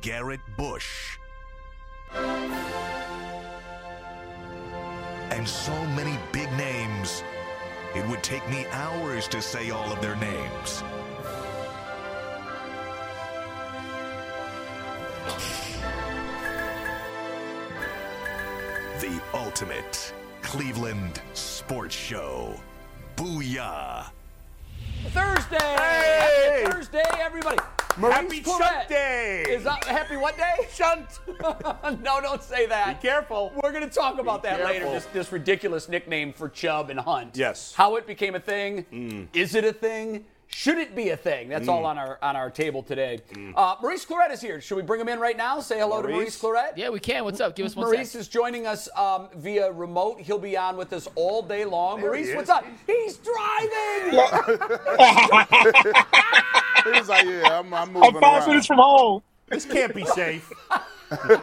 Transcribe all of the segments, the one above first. Garrett Bush, and so many big names. It would take me hours to say all of their names. The ultimate Cleveland sports show. Booyah! Thursday. Hey! Happy Thursday, everybody. Happy Chunt Day. Is that happy what day? Chunt. no, don't say that. Be careful. We're going to talk about Be that later. careful. This, this ridiculous nickname for Chubb and Hunt. Yes. Mm. How it became a thing. Is it a thing? Should it be a thing? That's all on our on our table today. Uh, Maurice Claret is here. Should we bring him in right now? Say hello to Maurice Mm. Maurice? Claret. Yeah, we can. What's up? Give us one Maurice sec. is joining us um, via remote. He'll be on with us all day long. Maurice, what's up? He's driving. He's like, yeah, I'm, I'm moving five around. minutes from home. This can't be safe. Bro,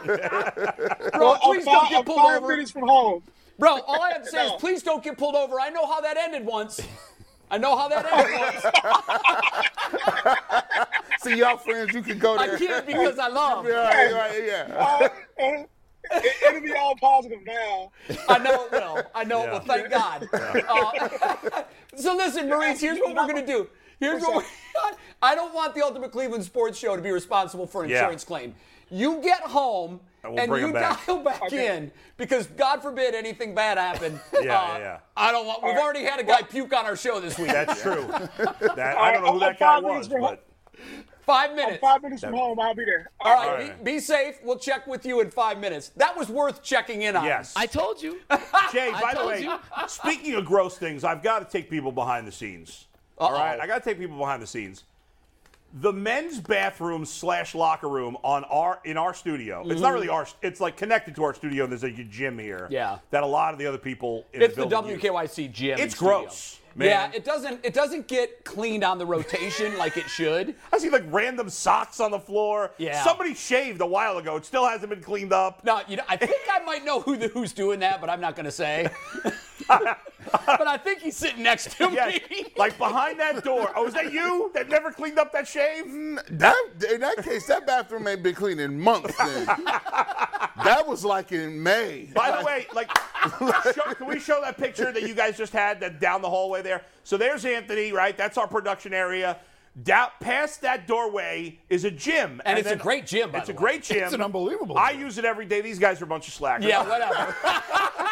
I'm please don't fi- get I'm pulled five over. minutes from home. Bro, all I have to say is please don't get pulled over. I know how that ended once. I know how that ended once. See, y'all friends, you can go there. I kid because I love. Yeah, right, right, yeah. Uh, it, it'll be all positive now. I know it will. I know it Yeah. will. Thank God. Uh, so listen, Maurice, here's what we're going to do. Here's what we're, I don't want the Ultimate Cleveland Sports Show to be responsible for an Yeah. insurance claim. You get home will and bring you 'em back. dial back Okay. in because God forbid anything bad happen. Uh, Yeah, yeah, yeah. I don't want. We've already had a guy puke on our show this week. That's true. That, I don't know who I'm that guy five minutes was, from but Five minutes. Five minutes from home, I'll be there. All right, right. Be, be safe. We'll check with you in five minutes. That was worth checking in on. yes. I told you. Jay, by the told way, you. speaking of gross things, I've got to take people behind the scenes. All right, I got to take people behind the scenes. The men's bathroom slash locker room on our in our studio. It's Mm-hmm. not really our. It's like connected to our studio. And there's a gym here. Yeah. That a lot of the other people. In It's the the, building use. WKYC gym. It's studio. gross, man. Yeah, it doesn't it doesn't get cleaned on the rotation like it should. I see like random socks on the floor. Yeah. Somebody shaved a while ago. It still hasn't been cleaned up. No, you know, I think I might know who the, who's doing that, but I'm not going to say. but I think he's sitting next to Yes. me. like behind that door. Oh, is that you that never cleaned up that shave? Mm, That, in that case, that bathroom ain't been cleaned in months then. that was like in May. By the way, like, show, can we show that picture that you guys just had that down the hallway there? So there's Anthony, right? That's our production area. Down past that doorway is a gym, And it's a great gym, by it's the a way. great gym. It's an unbelievable I gym. use it every day. These guys are a bunch of slackers. yeah, whatever.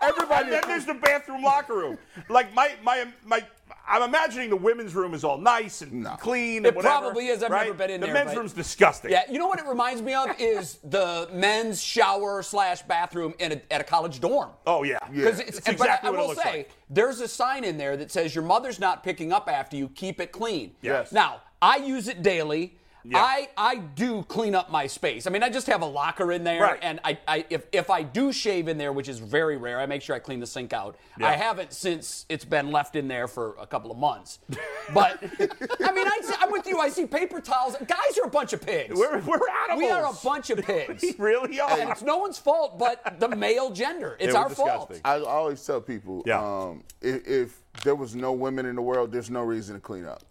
everybody. then there's the bathroom locker room. Like my my my. I'm imagining the women's room is all nice and clean. And It whatever, probably is. I've right? never been in the there, men's but- room's disgusting. Yeah, you know what it reminds me of is the men's shower slash bathroom in a, at a college dorm. Oh yeah. Because it's, It's but I, exactly what I it will looks say, like. there's a sign in there that says your mother's not picking up after you. Keep it clean. Yes. Now I use it daily. Yeah. I I do clean up my space. I mean, I just have a locker in there, Right. and I, I if if I do shave in there, which is very rare, I make sure I clean the sink out. Yeah. I haven't since it's been left in there for a couple of months. But I mean, I, see- I'm with you. I see paper towels. Guys are a bunch of pigs. We're, we're animals. We are a bunch of pigs. We really are. And it's no one's fault but the male gender. It's They were our fault. disgusting. I always tell people, Yeah. um, if, if there was no women in the world, there's no reason to clean up.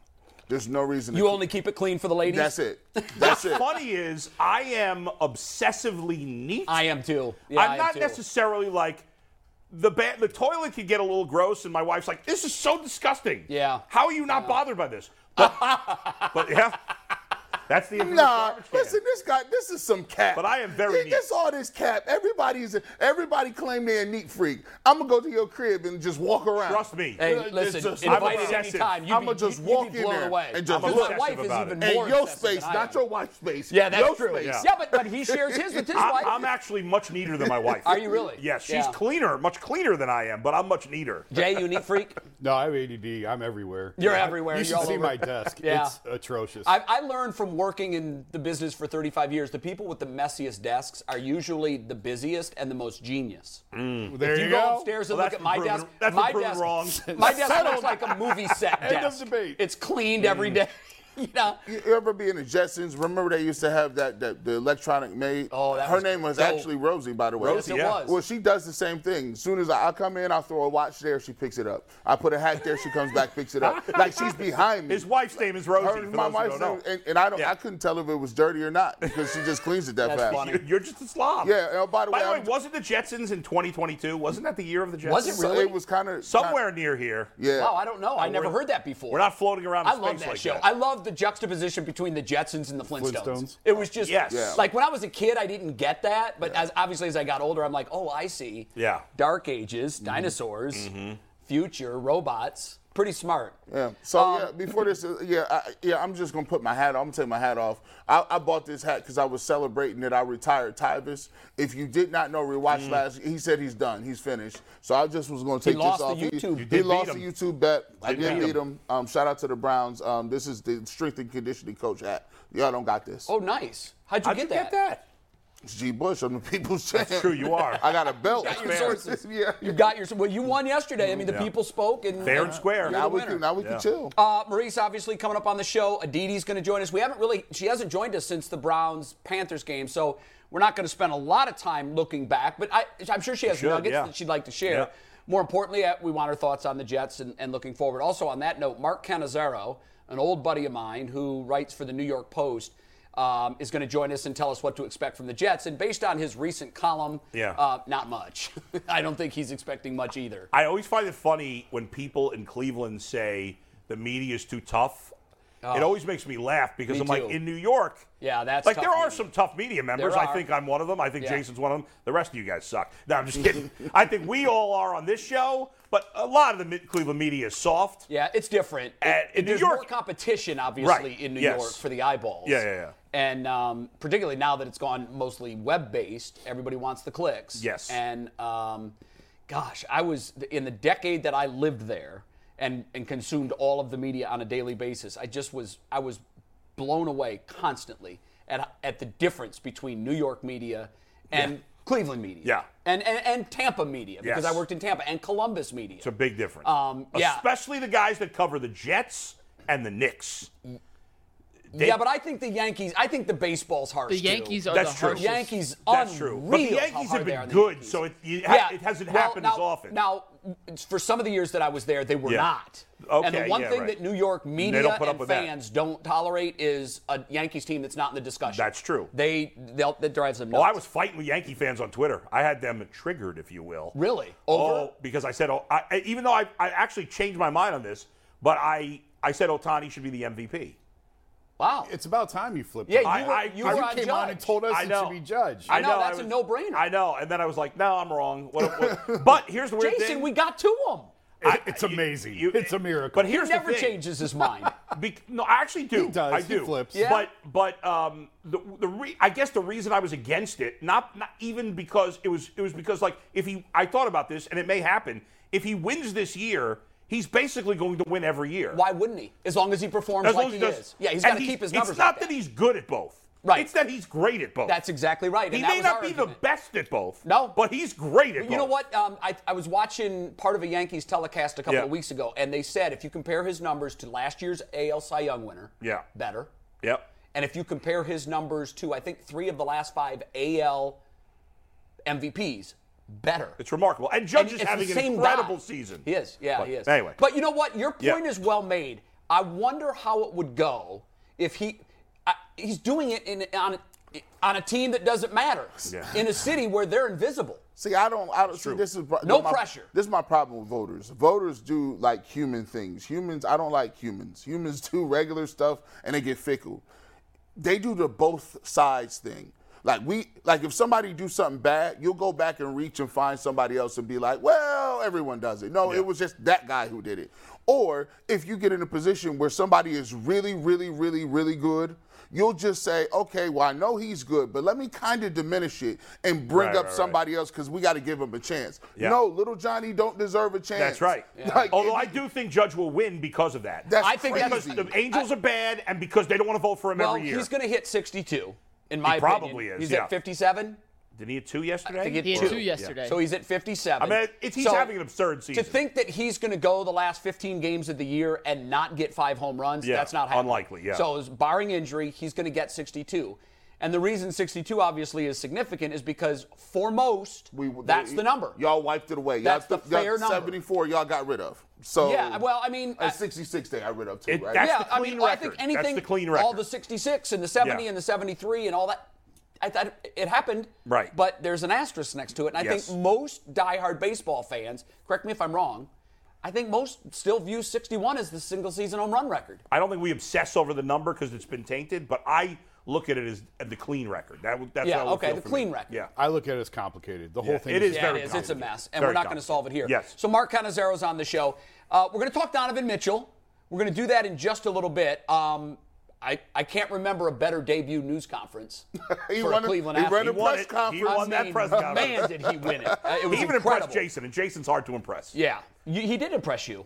There's no reason. You to only keep it clean for the ladies? That's it. That's it. Funny is, I am obsessively neat. I am too. Yeah, I I'm am not too. necessarily like the ba- the toilet could get a little gross, and my wife's like, "This is so disgusting." Yeah. How are you not bothered by this? But, but yeah, that's the infamous Nah, garbage can. listen, this guy, this is some cap. But I am very He gets neat. all this cap. Everybody's, everybody claim they're a neat freak. I'm gonna go to your crib and just walk around. Trust me. Hey, It's listen, just- I'm invite at any obsessive. time. You'd I'ma be, just you'd be walk in blown there away. and just Because my obsessive wife is about even it. And more your obsessive than space, I not am. your wife's space. Yeah, that's Your true. space. Yeah. but but he shares his with his I, wife. I'm actually much neater than my wife. Are you really? Yes, she's Yeah. cleaner, much cleaner than I am, but I'm much neater. Jay, you neat freak. No, I'm ADD. I'm everywhere. You're everywhere. You You're should all see over. my desk. Yeah. It's atrocious. I, I learned from working in the business for 35 years, the people with the messiest desks are usually the busiest and the most genius. there If you go, upstairs and Well, look that's at my been proven- desk. that's been my proven desk, wrong. My desk Settled. looks like a movie set End of desk. debate. It's cleaned every Mm. day. you know. You ever be in the Jetsons? Remember they used to have that, that the electronic maid. Oh, that her was name was dope. actually Rosie, by the way. Rosie, Yes, it yeah. was. Well, she does the same thing. As soon as I, I come in, I throw a watch there, she picks it up. I put a hat there, she comes back, picks it up. Like she's behind me. His wife's name is Rosie. Her- my for those who wife's don't name, know. and, and I don't. Yeah. I couldn't tell if it was dirty or not because she just cleans it that That's fast. funny. You- You're just a slob. Yeah, oh, by the By way, the way, I'm- wasn't the Jetsons in 2022? Wasn't that the year of the Jetsons? Was it So really? it was kind of Somewhere near here. yeah. Wow, Oh, I don't know. I never we're- heard that before. We're not floating around I in love space that like show. that. I love the juxtaposition between the Jetsons and the Flintstones. Flintstones. It was just Yes. Yeah. like when I was a kid, I didn't get that, but as obviously as I got older, I'm like, oh, I see. Yeah. Mm-hmm. Dark Ages, dinosaurs, future, robots. Pretty smart. Yeah. So yeah, before this, uh, yeah, I, yeah, I'm just gonna put my hat. on. I'm gonna take my hat off. I, I bought this hat because I was celebrating that I retired Tyvis. If you did not know, rewatch Mm. last. He said he's done. He's finished. So I just was gonna take this lost the off. YouTube. You He, did he beat lost him. the YouTube bet. I Did didn't beat beat him. Um, shout out to the Browns. Um, this is the strength and conditioning coach hat. Y'all don't got this. Oh, nice. How'd you How'd get you that? get that? It's G. Bush. I'm the people's champ. true, you are. I got a belt. Got your sources. yeah. You got your. Well, you won yesterday. I mean, the Yeah. people spoke and Mm-hmm. Fair and square. you're the Now we winner. can. Now we Yeah. can chill. Uh, Maurice, obviously, coming up on the show. Aditi's going to join us. We haven't really, she hasn't joined us since the Browns Panthers game, so we're not going to spend a lot of time looking back, but I, I'm sure she has should, nuggets yeah. that she'd like to share. Yeah. More importantly, uh, we want her thoughts on the Jets and, and looking forward. Also, on that note, Mark Canizaro, an old buddy of mine who writes for the New York Post, um, is going to join us and tell us what to expect from the Jets. And based on his recent column, Yeah. uh, not much. I don't think he's expecting much either. I always find it funny when people in Cleveland say the media is too tough. It always makes me laugh Oh. because Me I'm like, too. in New York, Yeah, that's like tough there are media. some tough media members. There I are. think I'm one of them. I think Yeah. Jason's one of them. The rest of you guys suck. No, I'm just kidding. I think we all are on this show, but a lot of the mid- Cleveland media is soft. Yeah, it's different. At- It- in New there's more York- competition, obviously, Right, in New yes. York for the eyeballs. Yeah, yeah, yeah. And um, particularly now that it's gone mostly web-based, everybody wants the clicks. Yes. And um, gosh, I was in the decade that I lived there and and consumed all of the media on a daily basis. I just was I was blown away constantly at at the difference between New York media and Cleveland media. Yeah. And and, and Tampa media because Yes. I worked in Tampa and Columbus media. It's a big difference. Um, yeah. Especially the guys that cover the Jets and the Knicks. They- yeah, but I think the Yankees. I think the baseball's harsh. The too. Yankees are That's the true. harshest. Oh, Yankees That's true. But the unreal how Yankees hard have they been are, the good, Yankees. so it- you ha- it hasn't happened now, as often. Now, it's- for some of the years that I was there, they were Yeah. not. and the Okay, one yeah, thing right. that New York media don't put up and with that. fans don't tolerate is a Yankees team that's not in the discussion. That's true. They they'll- that drives them nuts. Well, Oh, I was fighting with Yankee fans on Twitter. I had them triggered, if you will. Really? Over? Oh, because I said, oh, I, I- even though I, I actually changed my mind on this, but I, I said Otani should be the MVP. wow. It's about time you flipped. yeah, it. you I- were I- you I- were you on came judge. on and told us I it know. should be judged. know, that's a no-brainer. I know. And then I was like, no, I'm wrong. What, what- but here's the weird Jason, thing. we got to him. I- it's you- amazing. you- it's a miracle. But here's Never the thing. changes his mind. Be- no, I actually do. He does. I He do. flips. Yeah. But but um the the re- I guess the reason I was against it not not even because it was it was because like if he I thought about this and it may happen if he wins this year he's basically going to win every year. Why wouldn't he? As long as he performs As like long as he, he does- is. Yeah, he's and got to he- keep his numbers. It's like not that. that he's good at both. Right. It's that he's great at both. That's exactly right. He and that may was not our be argument. the best at both. No. But he's great at both. You know what? Um, I, I was watching part of a Yankees telecast a couple Yeah. of weeks ago, and they said if you compare his numbers to last year's AL Cy Young winner, Yeah. better. Yep. And if you compare his numbers to, I think, three of the last five AL MVPs, better. It's remarkable. And Judge And is it's the having an same incredible guy. season. He is. Yeah, But he is. Anyway. But you know what? Your Yeah. point is well made. I wonder how it would go if he I, he's doing it in on a, on a team that doesn't matter Yeah. in a city where they're invisible. See, I don't. I don't see. true. This is pro- No my- pressure. This is my problem with voters. Voters do like human things. Humans, I don't like humans. Humans do regular stuff and they get fickle. They do the both sides thing. Like we, like if somebody do something bad, you'll go back and reach and find somebody else and be like, well, everyone does it. No, it was just that guy who did it. Or if you get in a position where somebody is really, really, really, really good, you'll just say, okay, well, I know he's good, but let me kind of diminish it and bring up Right, right, right. somebody else because we got to give him a chance. Yeah. No, little Johnny don't deserve a chance. That's right. Like, Although it- I do think Judge will win because of that. That's I think that's- because crazy. the Angels are bad and because they don't want to vote for him Well, every year. he's going to hit 62, in my opinion. probably is, He's yeah. at 57. Didn't he hit two yesterday? think He Two. had two yesterday. So he's at 57. I mean, it's, he's So having an absurd To season. think that he's going to go the last 15 games of the year and not get five home runs, Yeah, that's not happening. unlikely, yeah. So, is- barring injury, he's going to get 62. And the reason 62 obviously is significant is because for most, that's they- the number. Y'all wiped it away. Y'all That's the took- y'all- fair number. 74 y'all got rid of. So Yeah, well, I mean, I- at 66 they got rid of too, It- right? that's yeah, the clean I mean, I think record. That's anything, the clean all record. the 66 and the 70 Yeah. and the 73 and all that, I thought it happened. Right. But there's an asterisk next to it. And I Yes. think most diehard baseball fans, correct me if I'm wrong, I think most still view 61 as the single season home run record. I don't think we obsess over the number because it's been tainted, but I look at it as the clean record. That, would- that's Yeah, how it would okay, feel the for clean me. record. Yeah. I look at it as complicated. The whole Yeah, thing it is is Yeah, very it is. It's a complicated. mess, and Very we're not going to complicated. solve it here. Yes. So Mark Canizaro's on the show. Uh, we're going to talk Donovan Mitchell. We're going to do that in just a little bit. Um, I, I can't remember a better debut news conference He for won a a- Cleveland he athlete. ran a He won press it. He conference. won I that mean, press conference. Man, did he win it? Uh, it was He incredible. even impressed Jason, and Jason's hard to impress. Yeah, you, he did impress you.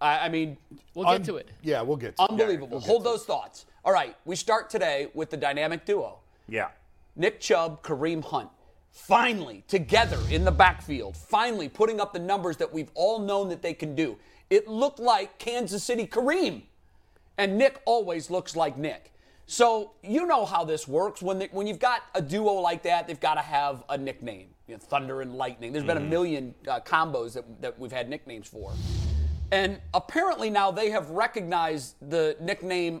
I, I mean, we'll get to it. Yeah, we'll get to it. unbelievable. Hold those thoughts. All right, we start today with the dynamic duo: Yeah. Nick Chubb, Kareem Hunt. Finally together in the backfield. Finally putting up the numbers that we've all known that they can do. It looked like Kansas City Kareem, and Nick always looks like Nick. So you know how this works. When they, when you've got a duo like that, they've got to have a nickname. You know, Thunder and Lightning. There's been a million uh, combos that, that we've had nicknames for. And apparently now they have recognized the nickname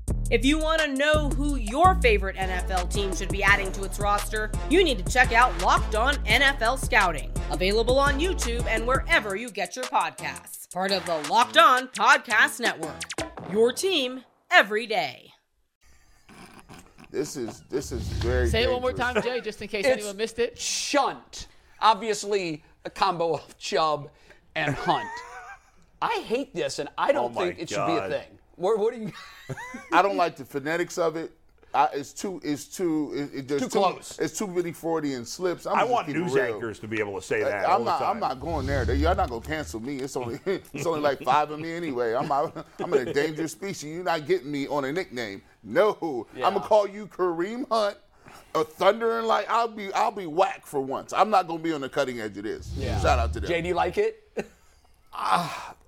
If you want to know who your favorite NFL team should be adding to its roster, you need to check out Locked On NFL Scouting, available on YouTube and wherever you get your podcasts. Part of the Locked On Podcast Network. Your team every day. This is this is very Say it one more dangerous. time, Jay, just in case It's- anyone missed it. Chunt. Obviously, a combo of Chubb and Hunt. I hate this, and I don't Oh my think it should be a God. thing. What, what do you? I don't like the phonetics of it. I, it's too it's too it, it, there's Too close. It's too many Freudian slips. I'm I just want keep it news real. anchors to be able to say that. all I'm the not. I'm time. not going there. They- Y'all not gonna cancel me. It's only. It's only like five of me anyway. I'm. Out, I'm in a dangerous species. You're not getting me on a nickname. No. I'm gonna call you Kareem Hunt, a Thunder and Light. I'll be. I'll be whack for once. I'm not gonna be on the cutting edge of this. Shout out to them. Jay, do you like it?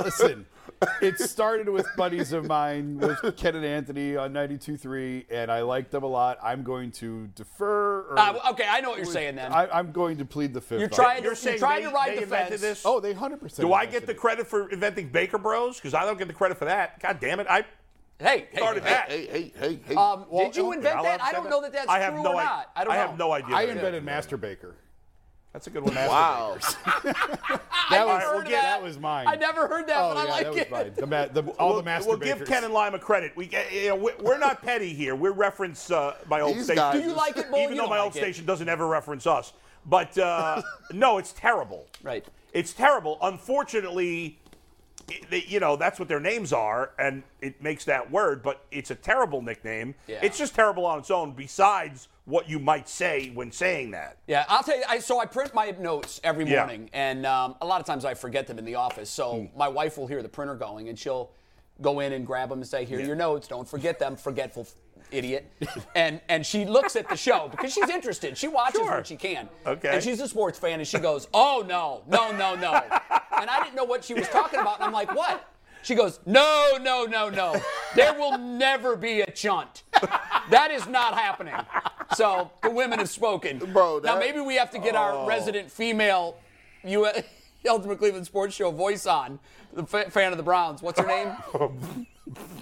Listen, it started with buddies of mine with Ken and Anthony on 92.3, and I liked them a lot. I'm going to defer. Or, Uh, okay, I know what you're saying then. I, I'm going to plead the fifth. You're on it. trying- You're You saying tried they, to ride they the invented fence. this? Oh, they 100%. Do I get the invented it. credit for inventing Baker Bros? Because I don't get the credit for that. God damn it! I hey, hey, started hey. that. Hey, hey, hey, hey. Um, Well, did you okay, invent I'll that? I upset don't that. know that that's I have true no or idea. not. I don't I know. have no idea. I that- invented Master Baker. That's a good one. wow. That I never was, heard of that. was mine. I never heard that, Oh, but I yeah, like that was it. mine. The ma- the- all we'll, the Master we'll Bakers. give Ken and Lima credit. We, get- you know, we- we're not petty here. We reference uh, my old These station. guys- Do you like it, Bull? You Even though don't my like old it. station doesn't ever reference us, but uh, no, it's terrible. Right. It's terrible. Unfortunately, it, they- you know that's what their names are, and it makes that word. But it's a terrible nickname. Yeah. It's just terrible on its own. Besides what you might say when saying that. Yeah, I'll tell you. I, so I print my notes every Yeah. Hmm. morning, and um, a lot of times I forget them in the office. So my wife will hear the printer going, and she'll go in and grab them and say, "Here are your notes. Don't forget them, forgetful f- idiot." and and she looks at the show because she's interested. She watches Sure. when she can. Okay. And she's a sports fan, and she goes, "Oh no, no, no, no," and I didn't know what she was talking about, and I'm like, "What?" She goes, "No, no, no, no. There will never be a chunt. That is not happening." So the women have spoken. Bro, now that- Oh. maybe we have to get our resident female U- Ultimate Cleveland Sports Show voice on, the fa- fan of the Browns. What's her name?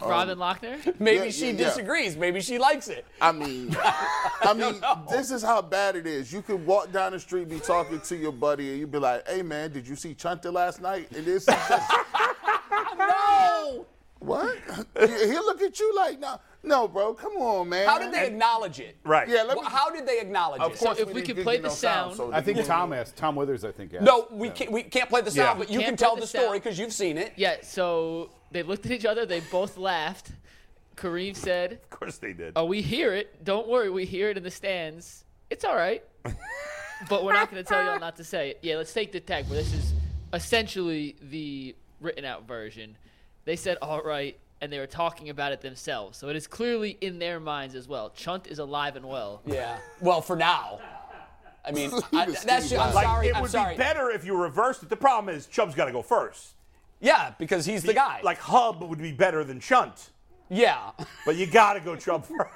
Robin Lochner? Maybe Yeah, she yeah, yeah. disagrees. Maybe she likes it. I mean, I mean, this is how bad it is. You could walk down the street, be talking to your buddy, and you'd be like, "Hey, man, did you see Chunta last night?" And this is just, No. what? He'll look at you like, "No, no, bro, come on, man." How did they acknowledge it? Right. Yeah, let me. Wh- How did they acknowledge it? if we need could to play get the no sound- so I think you- Tom asked. Tom Withers, I think. Asked. No, we can't. We can't play the sound, Yeah. but you Can't can play tell the the story sound. because you've seen it. Yeah, so they looked at each other, they both laughed. Kareem said, Of course they did. Oh, we hear it. Don't worry, we hear it in the stands. It's all right. but we're not going to tell y'all not to say it. Yeah, let's take the tag. Well, this is essentially the written out version. They said, all right, and they were talking about it themselves. So it is clearly in their minds as well. Chunt is alive and well. Yeah. Well, for now. I mean, I, was that's. Steve I'm like sorry. it I'm would sorry. be better if you reversed it. The problem is Chubb's got to go first. Yeah, because he's the guy. Like Hub would be better than Chunt, yeah. but you got to go Chubb first.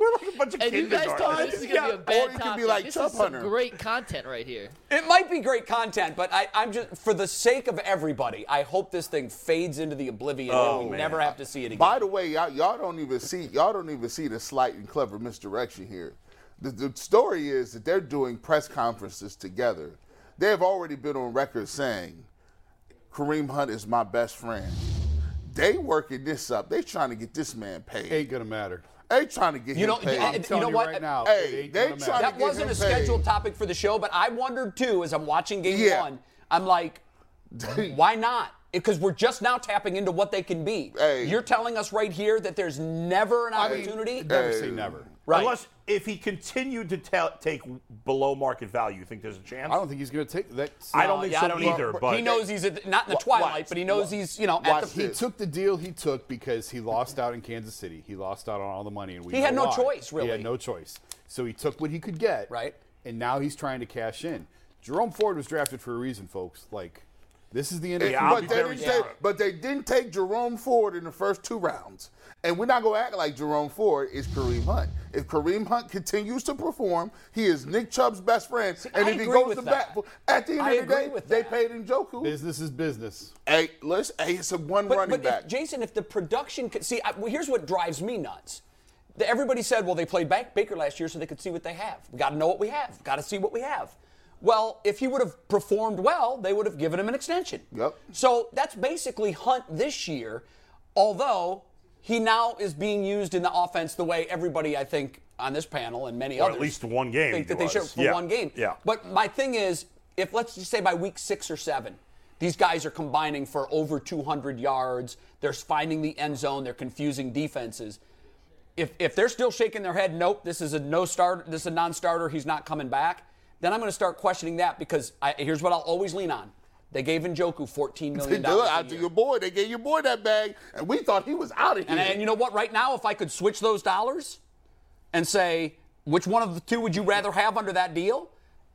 We're like a bunch of And you guys kindergarten. told me this is going to be a bad Or you could be topic. like this Chubb is some Hunter. great content right here. It might be great content, but I, I'm just for the sake of everybody. I hope this thing fades into the oblivion Oh, and we man. never have to see it again. By the way, y'all, y'all don't even see y'all don't even see the slight and clever misdirection here. The, the story is that they're doing press conferences together. They have already been on record saying Kareem Hunt is my best friend. They working this up. They trying to get this man paid. ain't gonna matter. They trying to get You him know, paid. I- I'm you telling know you, what? right now, Hey, it ain't they gonna trying matter. to that get wasn't him a scheduled paid. topic for the show, but I wondered too as I'm watching game Yeah. one. I'm like, why not? Because we're just now tapping into what they can be. Hey. You're telling us right here that there's never an opportunity. Never say never. right. Unless if he continued to tell, take below market value, you think there's a chance? I don't think he's gonna take that. I don't think yeah, so I don't either. either. But he knows he's at, not in the twilight, but he knows he's you know at watch the He this. took the deal he took because he lost out in Kansas City. He lost out on all the money, and we He know had no why. choice, really. He had no choice. So he took what he could get, Right. And now he's trying to cash in. Jerome Ford was drafted for a reason, folks. Like, this is the industry. Yeah, I'll be But they, very didn't take, different. but they didn't take Jerome Ford in the first two rounds. And we're not going to act like Jerome Ford is Kareem Hunt. If Kareem Hunt continues to perform, he is Nick Chubb's best friend. and I if he agree goes with to that. bat, for- at the end I of the agree day, with they that. paid Njoku. business is business. Hey, listen, hey, it's a one But, running but back. If, Jason, if the production could see, I, well, here's what drives me nuts. The- everybody said, well, they played Bank, Baker last year so they could see what they have. We got to know what we have. Got to see what we have. Well, if he would have performed well, they would have given him an extension. Yep. So that's basically Hunt this year, although he now is being used in the offense the way everybody, I think, on this panel and many Or at others least one game think that he they should was. for Yeah. one game. Yeah. But my thing is, if let's just say by week six or seven, these guys are combining for over 200 yards. They're finding the end zone. They're confusing defenses. If if they're still shaking their head, nope, this is a no start. This is a non-starter. He's not coming back. Then I'm going to start questioning that because I, here's what I'll always lean on. They gave Njoku 14 million dollars. Look, out to your boy. They gave your boy that bag, and we thought he was out of here. And, and you know what? Right now, if I could switch those dollars and say, which one of the two would you rather have under that deal?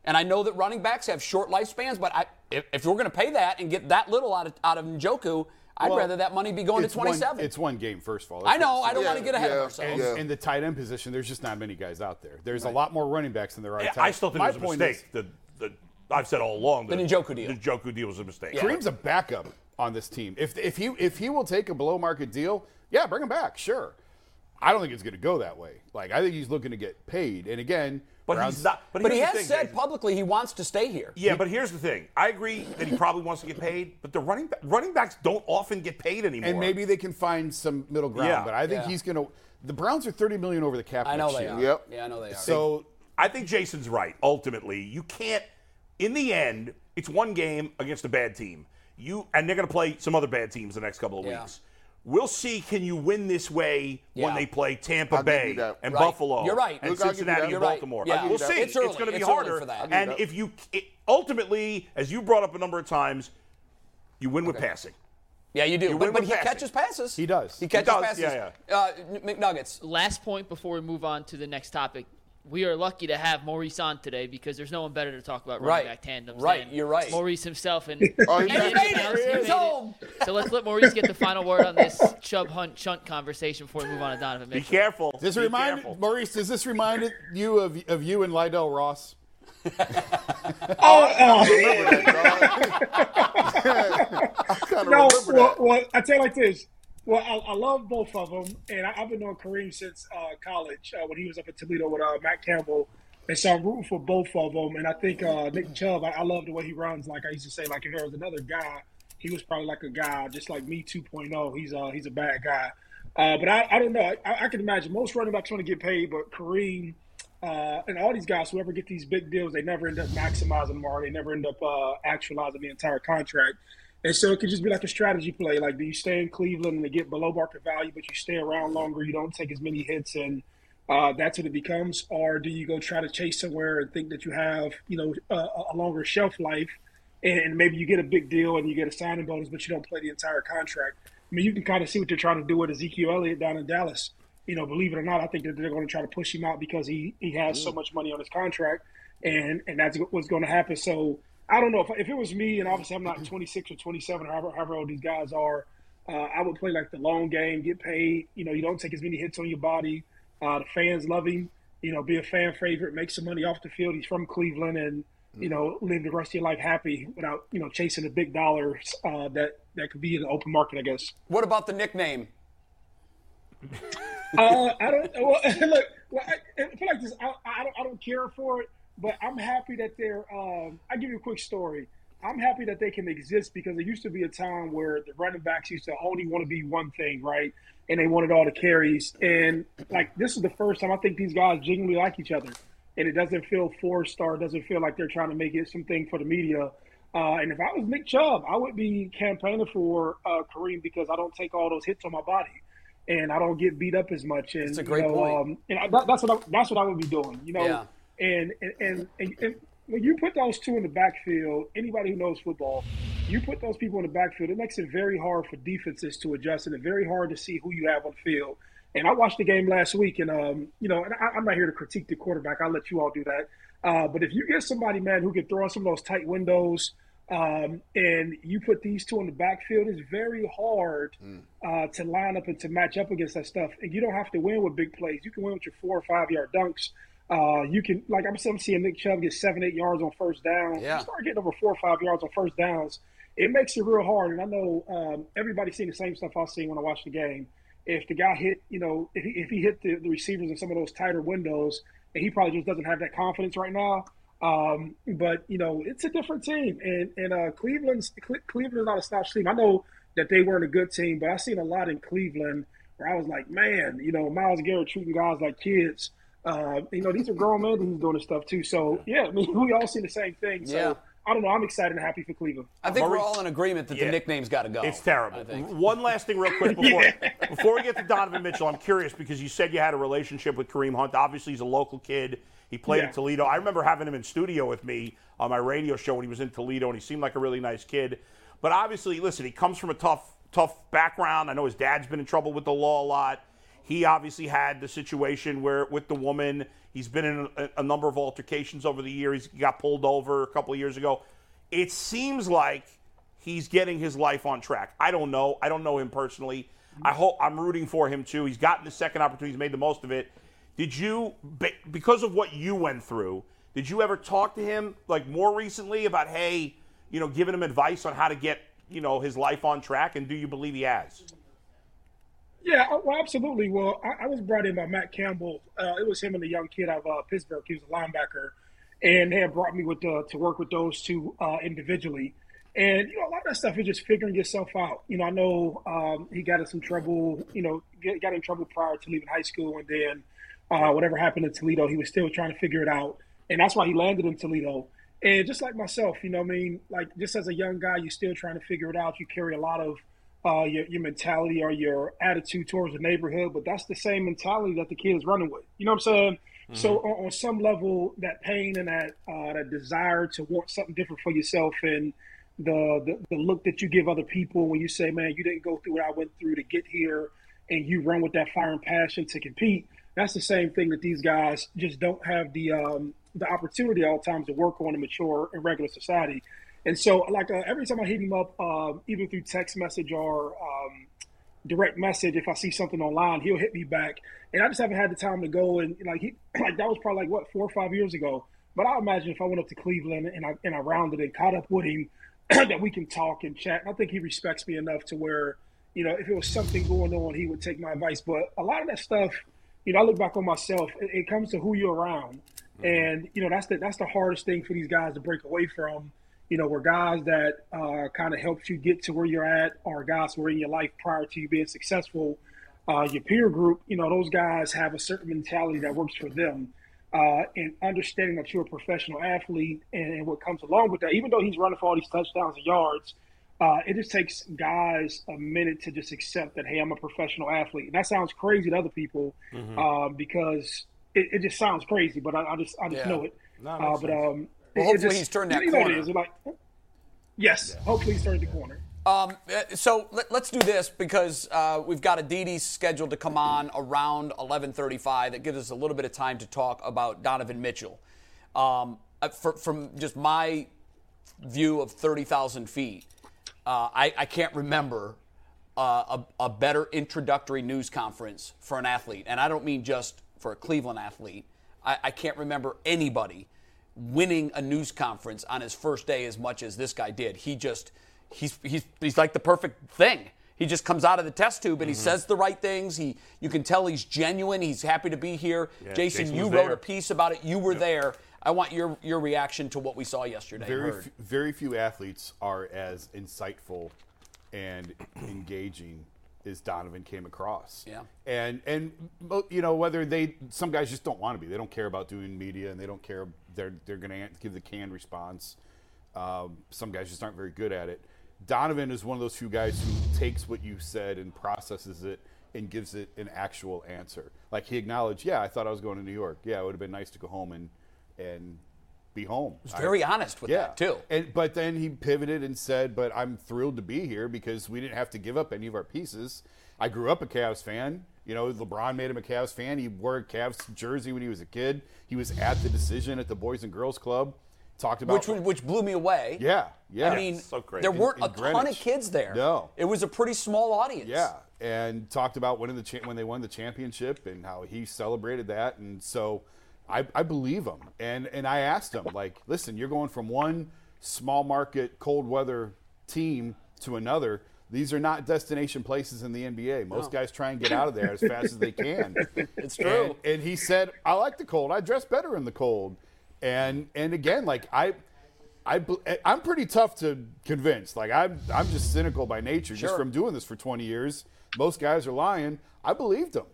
And I know that running backs have short lifespans, but I, if, if we're going to pay that and get that little out of, out of Njoku, I'd Well, rather that money be going to It's one, 27. it's one game, first of all. I know. I don't Yeah, want to get ahead yeah, of ourselves. and- And in the tight end position, there's just not many guys out there. There's a lot more running backs than there are. Yeah, tight I still think My it was a point mistake. is, the, the, I've said all along that The Njoku deal. The Njoku deal was a mistake. Kareem's a backup on this team. If if he if he will take a below market deal, yeah, bring him back, sure. I don't think it's going to go that way. Like I think he's looking to get paid. And again, But he's Browns- not. But, but he here's has the thing, said Jason. publicly he wants to stay here. Yeah, but here's the thing. I agree that he probably wants to get paid, but the running ba- running backs don't often get paid anymore. And maybe they can find some middle ground. Yeah. But I think Yeah. he's going to. The Browns are 30 million over the cap. I know next they year. are. Yep. Yeah, I know they are. So I think Jason's right. Ultimately, you can't. In the end, it's one game against a bad team. You and they're going to play some other bad teams the next couple of Yeah. weeks. We'll see. Can you win this way Yeah. when they play Tampa I'll give you Bay that. and Right. Buffalo? You're right. And Look, I'll give you that. Cincinnati You're and right. Baltimore. Yeah. We'll I'll give you see. that. It's, It's early. going to be It's early harder. for that. I'll give you And that. if you it, ultimately, as you brought up a number of times, you win with passing. yeah, you do. You but win but with he passing. catches passes. He does. He He catches does. passes. Yeah, Uh, McNuggets. last point before we move on to the next topic. We are lucky to have Maurice on today because there's no one better to talk about running Right. back tandems. Right, than you're right. Maurice himself and Oh, he and made it. anyone He else. made it. He's home. So let's let Maurice get the final word on this Chubb Hunt Chunt conversation before we move on to Donovan Be Mitchell. careful. does this Be remind careful. Maurice? Does this remind you of of you and Lydell Ross? Oh, uh, I kind of no, remember well, that. well, I tell you like this. Well, I, I love both of them, and I, I've been on Kareem since uh, college uh, when he was up in Toledo with uh, Matt Campbell, and so I'm rooting for both of them. And I think uh, Nick Chubb, I, I love the way he runs. Like I used to say, like if there was another guy, he was probably like a guy just like me 2.0. He's uh he's a bad guy, uh, but I, I don't know. I, I can imagine most running backs want to get paid, but Kareem uh, and all these guys, whoever get these big deals, they never end up maximizing them or they never end up uh, actualizing the entire contract. And so it could just be like a strategy play. Like, do you stay in Cleveland and they get below market value, but you stay around longer, you don't take as many hits, and uh, that's what it becomes? Or do you go try to chase somewhere and think that you have, you know, a, a longer shelf life, and, and maybe you get a big deal and you get a signing bonus, but you don't play the entire contract? I mean, you can kind of see what they're trying to do with Ezekiel Elliott down in Dallas you know, believe it or not, I think that they're going to try to push him out because he he has so much money on his contract, and and that's what's going to happen. So I don't know if if it was me, and obviously I'm not 26 or 27 or however, however old these guys are, uh, I would play like the long game, get paid. You know, you don't take as many hits on your body. Uh, the fans love him. You know, be a fan favorite, make some money off the field. He's from Cleveland, and you know, live the rest of your life happy without you know chasing the big dollars uh, that that could be in the open market, I guess. What about the nickname? Uh, I don't. Well, look, well, I, I feel like this. I, I don't. I don't care for it, but I'm happy that they're. Um, I give you a quick story. I'm happy that they can exist because there used to be a time where the running backs used to only want to be one thing, right? And they wanted all the carries. And like this is the first time I think these guys genuinely like each other, and it doesn't feel forced or it doesn't feel like they're trying to make it something for the media. Uh, and if I was Nick Chubb, I would be campaigning for uh, Kareem because I don't take all those hits on my body and I don't get beat up as much. And That's a great you know, point. Um, and I, that, that's what I, that's what I would be doing, you know. Yeah. And, and, and and and when you put those two in the backfield, anybody who knows football, you put those people in the backfield, it makes it very hard for defenses to adjust, and it's very hard to see who you have on the field. And I watched the game last week, and um, you know, and I, I'm not here to critique the quarterback. I'll let you all do that. Uh, but if you get somebody, man, who can throw in some of those tight windows, um, and you put these two in the backfield, it's very hard uh, to line up and to match up against that stuff. And you don't have to win with big plays. You can win with your four or five yard dunks. Uh, you can, like I'm, I'm seeing Nick Chubb get seven, eight yards on first down. Yeah. You start getting over four or five yards on first downs. It makes it real hard. And I know um, everybody's seeing the same stuff I've seen when I watch the game. If the guy hit, you know, if he, if he hit the, the receivers in some of those tighter windows, and he probably just doesn't have that confidence right now. Um, but you know, it's a different team, and and uh, Cleveland's Cle- Cleveland's not a slouch team. I know that they weren't a good team, but I've seen a lot in Cleveland where I was like, man, you know, Miles Garrett treating guys like kids. Uh, you know, these are grown men who's doing this stuff too. So yeah, I mean, we all see the same thing. So Yeah. I don't know. I'm excited and happy for Cleveland. I think we're Maurice- all in agreement that the Yeah. nickname's got to go. It's terrible. I think. One last thing, real quick, before, before we get to Donovan Mitchell, I'm curious because you said you had a relationship with Kareem Hunt. Obviously, he's a local kid. He played Yeah. in Toledo. I remember having him in studio with me on my radio show when he was in Toledo, and he seemed like a really nice kid. But obviously, listen, he comes from a tough, tough background. I know his dad's been in trouble with the law a lot. He obviously had the situation where with the woman, he's been in a, a number of altercations over the years. He got pulled over a couple of years ago. It seems like he's getting his life on track. I don't know. I don't know him personally. I hope I'm rooting for him too. He's gotten the second opportunity. He's made the most of it. Did you, be- because of what you went through, did you ever talk to him like more recently about hey, you know, giving him advice on how to get you know his life on track? And do you believe he has? Yeah, oh, well, absolutely. Well, I, I was brought in by Matt Campbell. Uh, it was him and the young kid out of uh, Pittsburgh. He was a linebacker, and they had brought me with uh, to work with those two uh, individually. And you know, a lot of that stuff is just figuring yourself out. You know, I know um, he got in some trouble. You know, get, got in trouble prior to leaving high school, and then uh, whatever happened in Toledo, he was still trying to figure it out, and that's why he landed in Toledo. And just like myself, you know, what I mean, like just as a young guy, you're still trying to figure it out. You carry a lot of uh, your, your mentality or your attitude towards the neighborhood, but that's the same mentality that the kid is running with. You know what I'm saying? So on, on some level, that pain and that uh, that desire to want something different for yourself and the, the the look that you give other people when you say, "Man, you didn't go through what I went through to get here," and you run with that fire and passion to compete. That's the same thing that these guys just don't have the um, the opportunity all times to work on and mature in regular society. And so, like uh, every time I hit him up, um, even through text message or um, direct message, if I see something online, he'll hit me back. And I just haven't had the time to go and like he like that was probably like what four or five years ago But I imagine if I went up to Cleveland and I and I rounded and caught up with him, that we can talk and chat. And I think he respects me enough to where, you know, if it was something going on, he would take my advice. But a lot of that stuff, you know, I look back on myself. It, it comes to who you're around, and you know that's the that's the hardest thing for these guys to break away from. You know, where guys that uh, kind of helps you get to where you're at, or guys who are in your life prior to you being successful. Uh, your peer group, you know, those guys have a certain mentality that works for them uh, and understanding that you're a professional athlete and, and what comes along with that. Even though he's running for all these touchdowns and yards, uh, it just takes guys a minute to just accept that, hey, I'm a professional athlete. And that sounds crazy to other people uh, because it, it just sounds crazy, but I, I just I just Yeah. know it. No, it uh, makes but sense. um, Well, it- it hopefully just- he's turned that you know what it corner. is, like, yes, hopefully he's turned the corner. Um, uh, so let, us do this because uh, we've got Aditi scheduled to come on around 11:35. That gives us a little bit of time to talk about Donovan Mitchell. Um, uh, fr- from just my view of 30,000 feet, uh, I, I can't remember uh, a, a better introductory news conference for an athlete, and I don't mean just for a Cleveland athlete. I, I can't remember anybody winning a news conference on his first day as much as this guy did. He just he's he's he's like the perfect thing. He just comes out of the test tube and Mm-hmm. he says the right things. He you can tell he's genuine. He's happy to be here. Jason, Jason you was wrote there. a piece about it. You were there. I want your your reaction to what we saw yesterday. and very heard. few, very few athletes are as insightful and engaging as Donovan came across. Yeah. And and mo- you know whether they some guys just don't want to be. They don't care about doing media and they don't care they're they're going to give the canned response. Um, some guys just aren't very good at it. Donovan is one of those few guys who takes what you said and processes it and gives it an actual answer. Like he acknowledged, yeah, I thought I was going to New York. Yeah, it would have been nice to go home and and be home. I- very honest with that too. and but then he pivoted and said, "But I'm thrilled to be here because we didn't have to give up any of our pieces. I grew up a Cavs fan. You know, LeBron made him a Cavs fan. He wore a Cavs jersey when he was a kid. He was at the decision at the Boys and Girls Club. Talked about which was- which blew me away. yeah, yeah. I mean, so great. there In- weren't in a ton of Greenwich. kids there. No. it was a pretty small audience. Yeah, and talked about winning the cha- when they won the championship and how he celebrated that, and so I, I believe him. And and I asked him like, listen, you're going from one small market cold weather team to another. These are not destination places in the NBA. Most guys try and get out of there as fast as they can. It's true. And, and he said, I like the cold. I dress better in the cold. And and again, like I. I, bel- I'm pretty tough to convince. Like I'm, I'm just cynical by nature, just Sure. from doing this for 20 years. Most guys are lying. I believed him.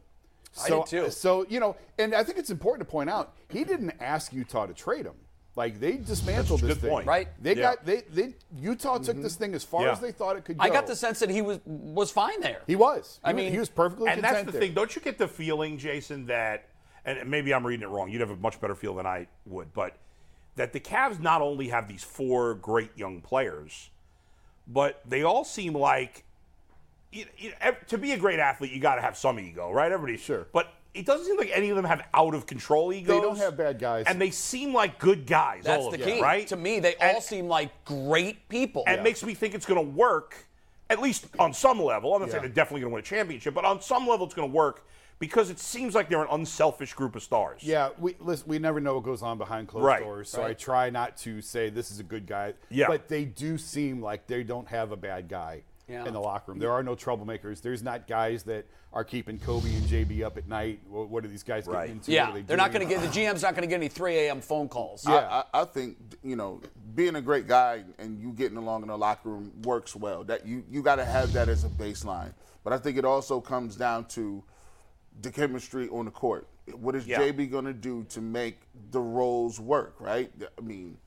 I So, did too. So you know, and I think it's important to point out he didn't ask Utah to trade him. Like they dismantled That's a this good thing. point. Right. They Yeah. Mm-hmm. got they they Utah took this thing as far Yeah. as they thought it could go. I got the sense that he was was fine there. He was. I He was- mean- he was perfectly and content that's the there. thing. Don't you get the feeling, Jason, that and maybe I'm reading it wrong. You'd have a much better feel than I would, but that the Cavs not only have these four great young players, but they all seem like you, you, ev- to be a great athlete, you got to have some ego, right? Everybody, Sure. but. It doesn't seem like any of them have out of control egos. don't have bad guys. and they seem like good guys. That's all the of key. them, right? To me, they And- all seem like great people. and it makes me think it's going to work, at least on some level. I'm not saying they're definitely going to win a championship, but on some level, it's going to work because it seems like they're an unselfish group of stars. Yeah, we listen, we never know what goes on behind closed Right. doors, so I try not to say this is a good guy. Yeah. But they do seem like they don't have a bad guy in the locker room. There are no troublemakers. There's not guys that are keeping Kobe and JB up at night. Wha- What are these guys getting Right. into? yeah, What are they they are not doing? going to get the GM's not going to get any 3 a.m. phone calls. Yeah. I, I think you know being a great guy and you getting along in the locker room works well. That you you got to have that as a baseline. But I think it also comes down to the chemistry on the court. What is Yeah. JB going to do to make the roles work? Right? I mean,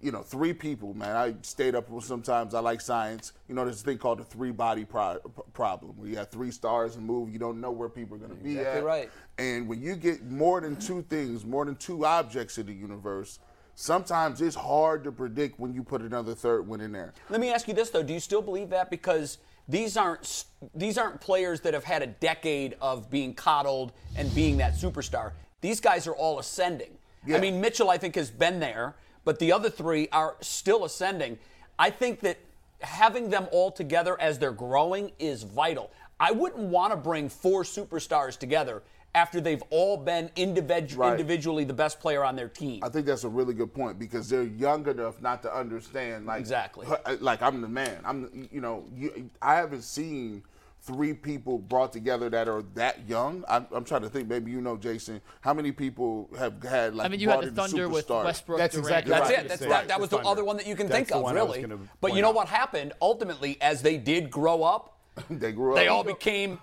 you know, three people, man. I stayed up with sometimes. I like science. You know, there's a thing called the three body pro- problem where you have three stars and move. You don't know where people are going to be Exactly at. right. And when you get more than two things, more than two objects in the universe, sometimes it's hard to predict when you put another third one in there. Let me ask you this though: Do you still believe that? Because these aren't s- these aren't players that have had a decade of being coddled and being that superstar. These guys are all ascending. I Yeah. mean, Mitchell, I think, has been there, but the other three are still ascending. I think that having them all together as they're growing is vital. I wouldn't want to bring four superstars together after they've all been individ- Right. individually the best player on their team. I think that's a really good point because they're young enough not to understand like Exactly. h- like I'm the man. I'm the- you know you, I haven't seen three people brought together that are that young. I'm, I'm trying to think. Maybe you know, Jason, how many people have had like I mean, you brought had the in Thunder with superstars? Westbrook. That's Durant. exactly That's Right. it. That's, Right. that, that was the Thunder. other one that you can That's think the of, one I was really. gonna But you point know out. what happened? Ultimately, as they did grow up, They grew up. they all became.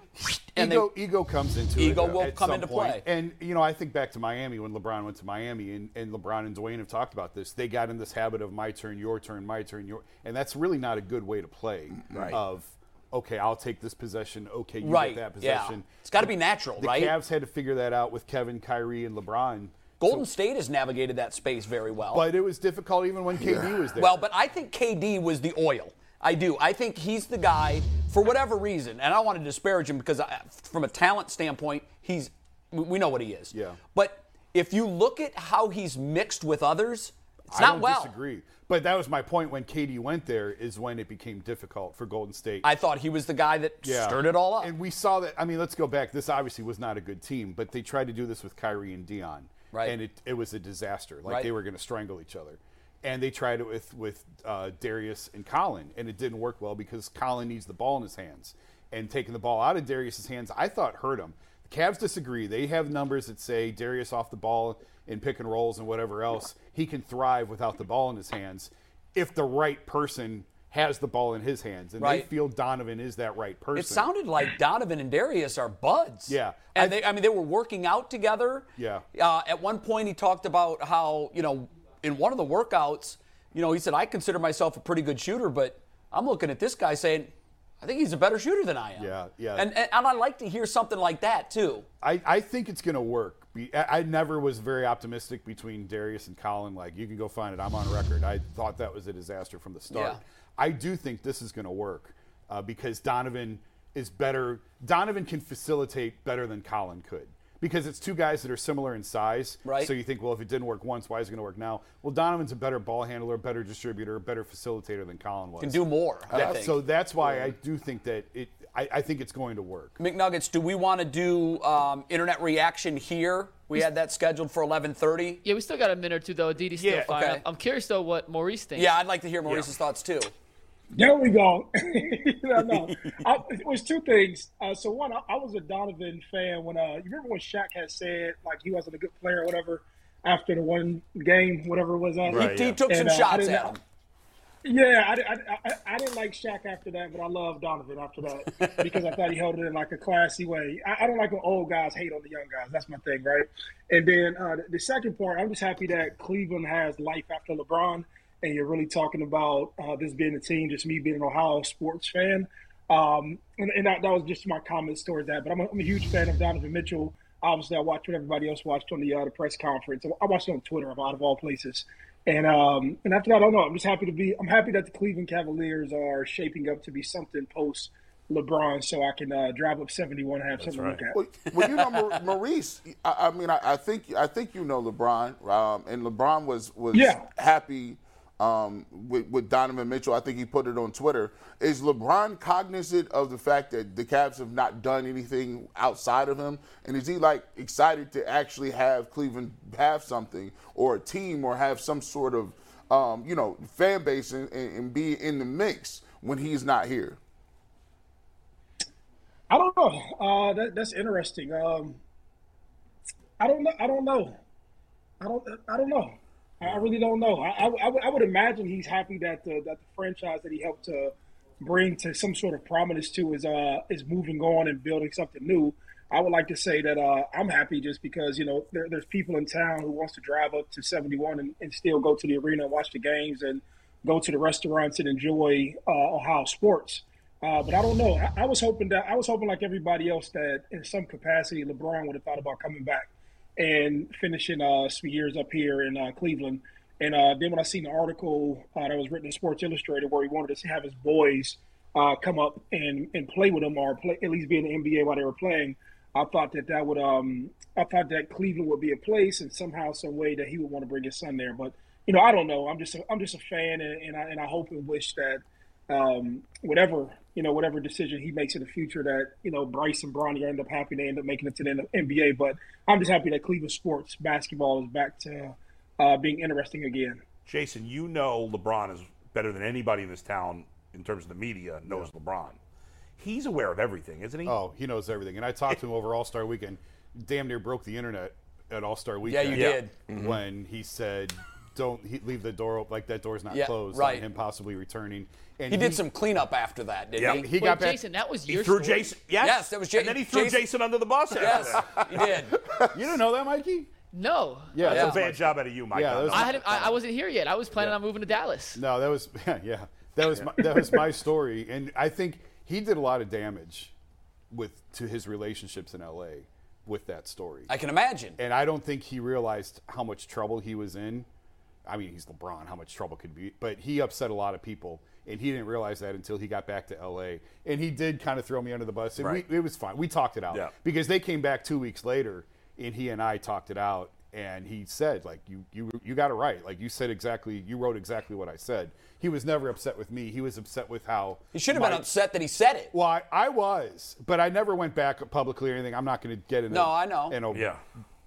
And they, ego, ego comes into Ego it, will at come some into play. point. And you know, I think back to Miami when LeBron went to Miami, and, and LeBron and Dwayne have talked about this. They got in this habit of my turn, your turn, my turn, your, and that's really not a good way to play. Right. Of okay, I'll take this possession. Okay, you Right, get that yeah. possession. It's gotta be natural, the right? Cavs had to figure that out with Kevin, Kyrie, and LeBron. Golden State has navigated that space very well. But it was difficult even when KD was there. Well, but I think KD was the oil. I do. I think he's the guy for whatever reason, and I don't want to disparage him because I, from a talent standpoint, he's we- we know what he is. Yeah. But if you look at how he's mixed with others, it's I not don't well. disagree. But that was my point when KD went there is when it became difficult for Golden State. I thought he was the guy that Yeah. stirred it all up. And we saw that. I mean, let's go back. This obviously was not a good team, but they tried to do this with Kyrie and Dion, Right. And it, it was a disaster. Like Right. they were going to strangle each other. And they tried it with with uh, Darius and Colin, and it didn't work well because Colin needs the ball in his hands, and taking the ball out of Darius's hands, I thought hurt him. The Cavs disagree. They have numbers that say Darius off the ball in pick and rolls and whatever else, he can thrive without the ball in his hands if the right person has the ball in his hands, and Right. they feel Donovan is that right person. It sounded like Donovan and Darius are buds. Yeah. and they, I mean, they were working out together. Yeah. Uh, at one point, he talked about how you know, in one of the workouts, you know, he said, "I consider myself a pretty good shooter, but I'm looking at this guy saying." I think he's a better shooter than I am. Yeah, yeah. And, and and I like to hear something like that too. I, I think it's going to work. Be- I I never was very optimistic between Darius and Colin. Like, you can go find it. I'm on record. I thought that was a disaster from the start. Yeah. I do think this is going to work uh, because Donovan is better. Donovan can facilitate better than Colin could because it's two guys that are similar in size. Right. So you think, well, if it didn't work once, why is it going to work now? Well, Donovan's a better ball handler, better distributor, better facilitator than Colin was. Can do more. I That- think. so that's why I do think that it. I, I think it's going to work. McNuggets, do we want to do um, internet reaction here? We had that scheduled for 11:30. Yeah, we still got a minute or two though. Aditi's still Yeah, firing okay. up. I'm curious though what Maurice thinks. Yeah, I'd like to hear Maurice's thoughts too. There we go. no, no. I, it was two things. Uh, so one, I, I was a Donovan fan when uh, you remember when Shaq had said like he wasn't a good player or whatever after the one game, whatever it was. uh, Right, He yeah. took some And, uh, I shots didn't- at him. Yeah, I, I, I, I didn't like Shaq after that, but I loved Donovan after that because I thought he held it in like a classy way. I, I don't like when old guys hate on the young guys. That's my thing, right? And then uh, the, the second part, I'm just happy that Cleveland has life after LeBron, and you're really talking about uh, this being a team, just me being an Ohio sports fan. Um, and and that, that was just my comments towards that. But I'm a, I'm a huge fan of Donovan Mitchell. Obviously, I watched what everybody else watched on the, uh, the press conference. I watched it on Twitter, out of all places. And um, and after that, I don't know. I'm just happy to be. I'm happy that the Cleveland Cavaliers are shaping up to be something post LeBron, so I can uh, drive up 71 and have something right. to look Well, at. well, you know, Mar- Maurice. I, I mean, I, I think I think you know LeBron, um, and LeBron was was Yeah. happy um, with, with Donovan Mitchell. I think he put it on Twitter. Is LeBron cognizant of the fact that the Cavs have not done anything outside of him, and is he like excited to actually have Cleveland have something or a team or have some sort of um, you know fan base and, and and be in the mix when he's not here? I don't know. Uh, that, that's interesting. Um, I don't know. I don't know. I don't. I don't know. I, I really don't know. I, I, I would- I would imagine he's happy that the that the franchise that he helped to bring to some sort of prominence to is uh is moving on and building something new. I would like to say that uh, I'm happy just because you know there, there's people in town who wants to drive up to 71 and, and still go to the arena and watch the games and go to the restaurants and enjoy uh, Ohio sports. Uh, but I don't know. I, I was hoping that I was hoping like everybody else that in some capacity LeBron would have thought about coming back and finishing uh, some years up here in uh, Cleveland. And uh, then when I seen the article uh, that was written in Sports Illustrated where he wanted to have his boys uh, come up and, and play with him or play, at least be in the NBA while they were playing, I thought that that would um, I thought that Cleveland would be a place and somehow some way that he would want to bring his son there. But you know I don't know. I'm just a, I'm just a fan and, and I and I hope and wish that um, whatever you know whatever decision he makes in the future that you know Bryce and Bronny end up happy they end up making it to the NBA. But I'm just happy that Cleveland sports basketball is back to uh, being interesting again. Jason, you know LeBron is better than anybody in this town in terms of the media knows LeBron. He's aware of everything, isn't he? Oh, he knows everything. And I talked to him over All Star Weekend. Damn near broke the internet at All Star Weekend. you Yeah. did. Mm-hmm. When he said, "Don't he, leave the door open. Like that door's not Yeah, closed." right. On him possibly returning. And He did some cleanup after that, didn't Yeah. he? He Wait, got back. Jason, that was He your threw story. Jason. Yes. Yes, that was Ja- And then he threw Jason- Jason, under the bus. After Yes, that. he did. You didn't know that, Mikey? No, Yeah. Yeah. that's a Bad job out of you, Mike. Yeah, I that was- know. I, had, I, I wasn't here yet. I was planning on moving to Dallas. No, that was yeah. That was my, that was my story, and I think he did a lot of damage with to his relationships in L.A. with that story. I can imagine. and I don't think he realized how much trouble he was in. I mean, he's LeBron. How much trouble could be? But he upset a lot of people, and he didn't realize that until he got back to L.A. And he did kind of throw me under the bus. And Right. we, it was fine. We talked it out Yeah. because they came back two weeks later, and he and I talked it out. And he said, like, you you you got it right. Like you said exactly. You wrote exactly what I said. He was never upset with me. He was upset with how He should have been my- upset that he said it. Well, I, I was, but I never went back publicly or anything. I'm not going to get in. No, I I know. In a Yeah.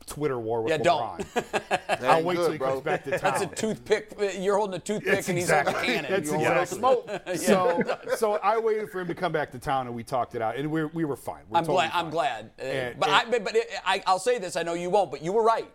Twitter war with Yeah, don't. LeBron. That I'll ain't wait till good, he bro. comes back to town. That's a toothpick. You're holding a toothpick That's and he's exactly- holding a cannon. That's You're exactly. holding a smoke. So, so I waited for him to come back to town, and we talked it out, and we we were fine. We were I'm totally glad. I'm fine. glad. Uh, And- but and- I, but it, I, I'll say this. I know you won't, but you were right.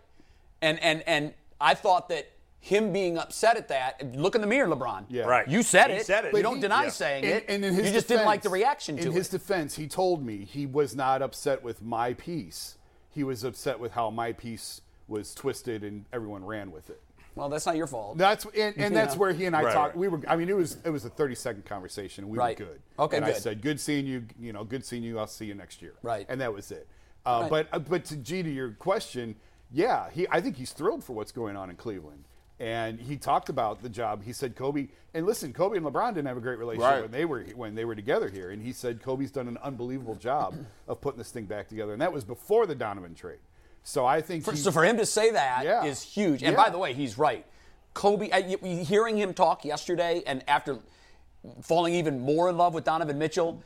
And and and I thought that him being upset at that. Look in the mirror, LeBron. Yeah. Right. You said He it. said it. You But don't he- deny yeah. saying And- it. and in his you just didn't like the defense- reaction to In his it. defense, he told me he was not upset with my piece. He was upset with how my piece was twisted, and everyone ran with it. well, that's not your fault. That's and, and that's where he and I Right, talked. right. We were. I mean, it was it was a thirty second conversation. and We Right. were good. Okay, And I good. said, "Good seeing you. You know, good seeing you. I'll see you next year." Right. And that was it. Uh, Right. But uh, but to G to your question, yeah, he. I think he's thrilled for what's going on in Cleveland. And he talked about the job. He said Kobe, and listen, Kobe and LeBron didn't have a great relationship Right. when they were when they were together here. And he said Kobe's done an unbelievable job of putting this thing back together. And that was before the Donovan trade. So I think For, he- so for him to say that is Yeah. huge. And Yeah. by the way, he's right. Kobe, I, y- y- hearing him talk yesterday and after falling even more in love with Donovan Mitchell,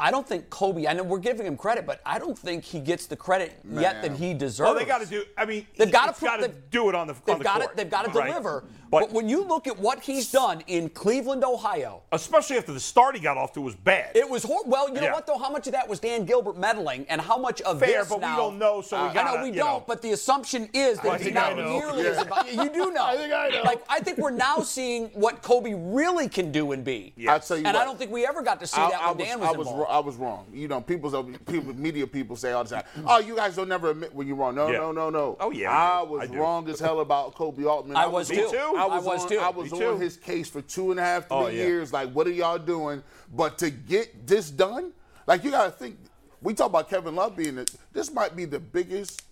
I don't think Kobe, I know we're giving him credit, but I don't think he gets the credit yet that he deserves. Well, Oh, they got to do. I mean, They've got it's gotta to do it on the. They've on the gotta- court, They've got to right? deliver. But, But, when you look at what he's done in Cleveland, Ohio, especially after the start he got off to was bad. it was hor- well. You know Yeah. what though? How much of that was Dan Gilbert meddling, and how much of Fair, this but we now- don't know, so we I gotta, know we you don't. know. But the assumption is that it's think not I know. nearly as about. You do know. I think I know. Like I think we're now seeing what Kobe really can do and be. I'll tell you And I what. don't think we ever got to see that when Dan was I was, involved. wrong, I was wrong. You know, people's uh, people, media people say all the time, "Oh, you guys don't never admit when you're wrong." No, Yeah. no, no, no. Oh, yeah, I I do. was I do. wrong as hell about Kobe Altman. I was too. I was, I was on, too. I was Me on too. his case for two and a half, three Oh, yeah. years. Like, what are y'all doing? But to get this done, like you got to think. We talk about Kevin Love being the, this might be the biggest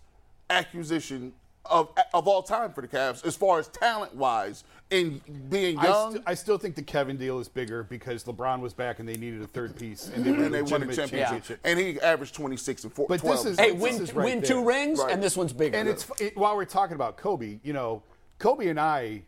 acquisition of of all time for the Cavs as far as talent wise and being I, young. st- I still think the Kevin deal is bigger because LeBron was back and they needed a third piece and they, were and they won a championship. championship. And he averaged 26 and 4. But this 12. is- hey, this win, is right win there. two rings, Right. and this one's bigger. And it's it, while we're talking about Kobe, you know, Kobe and I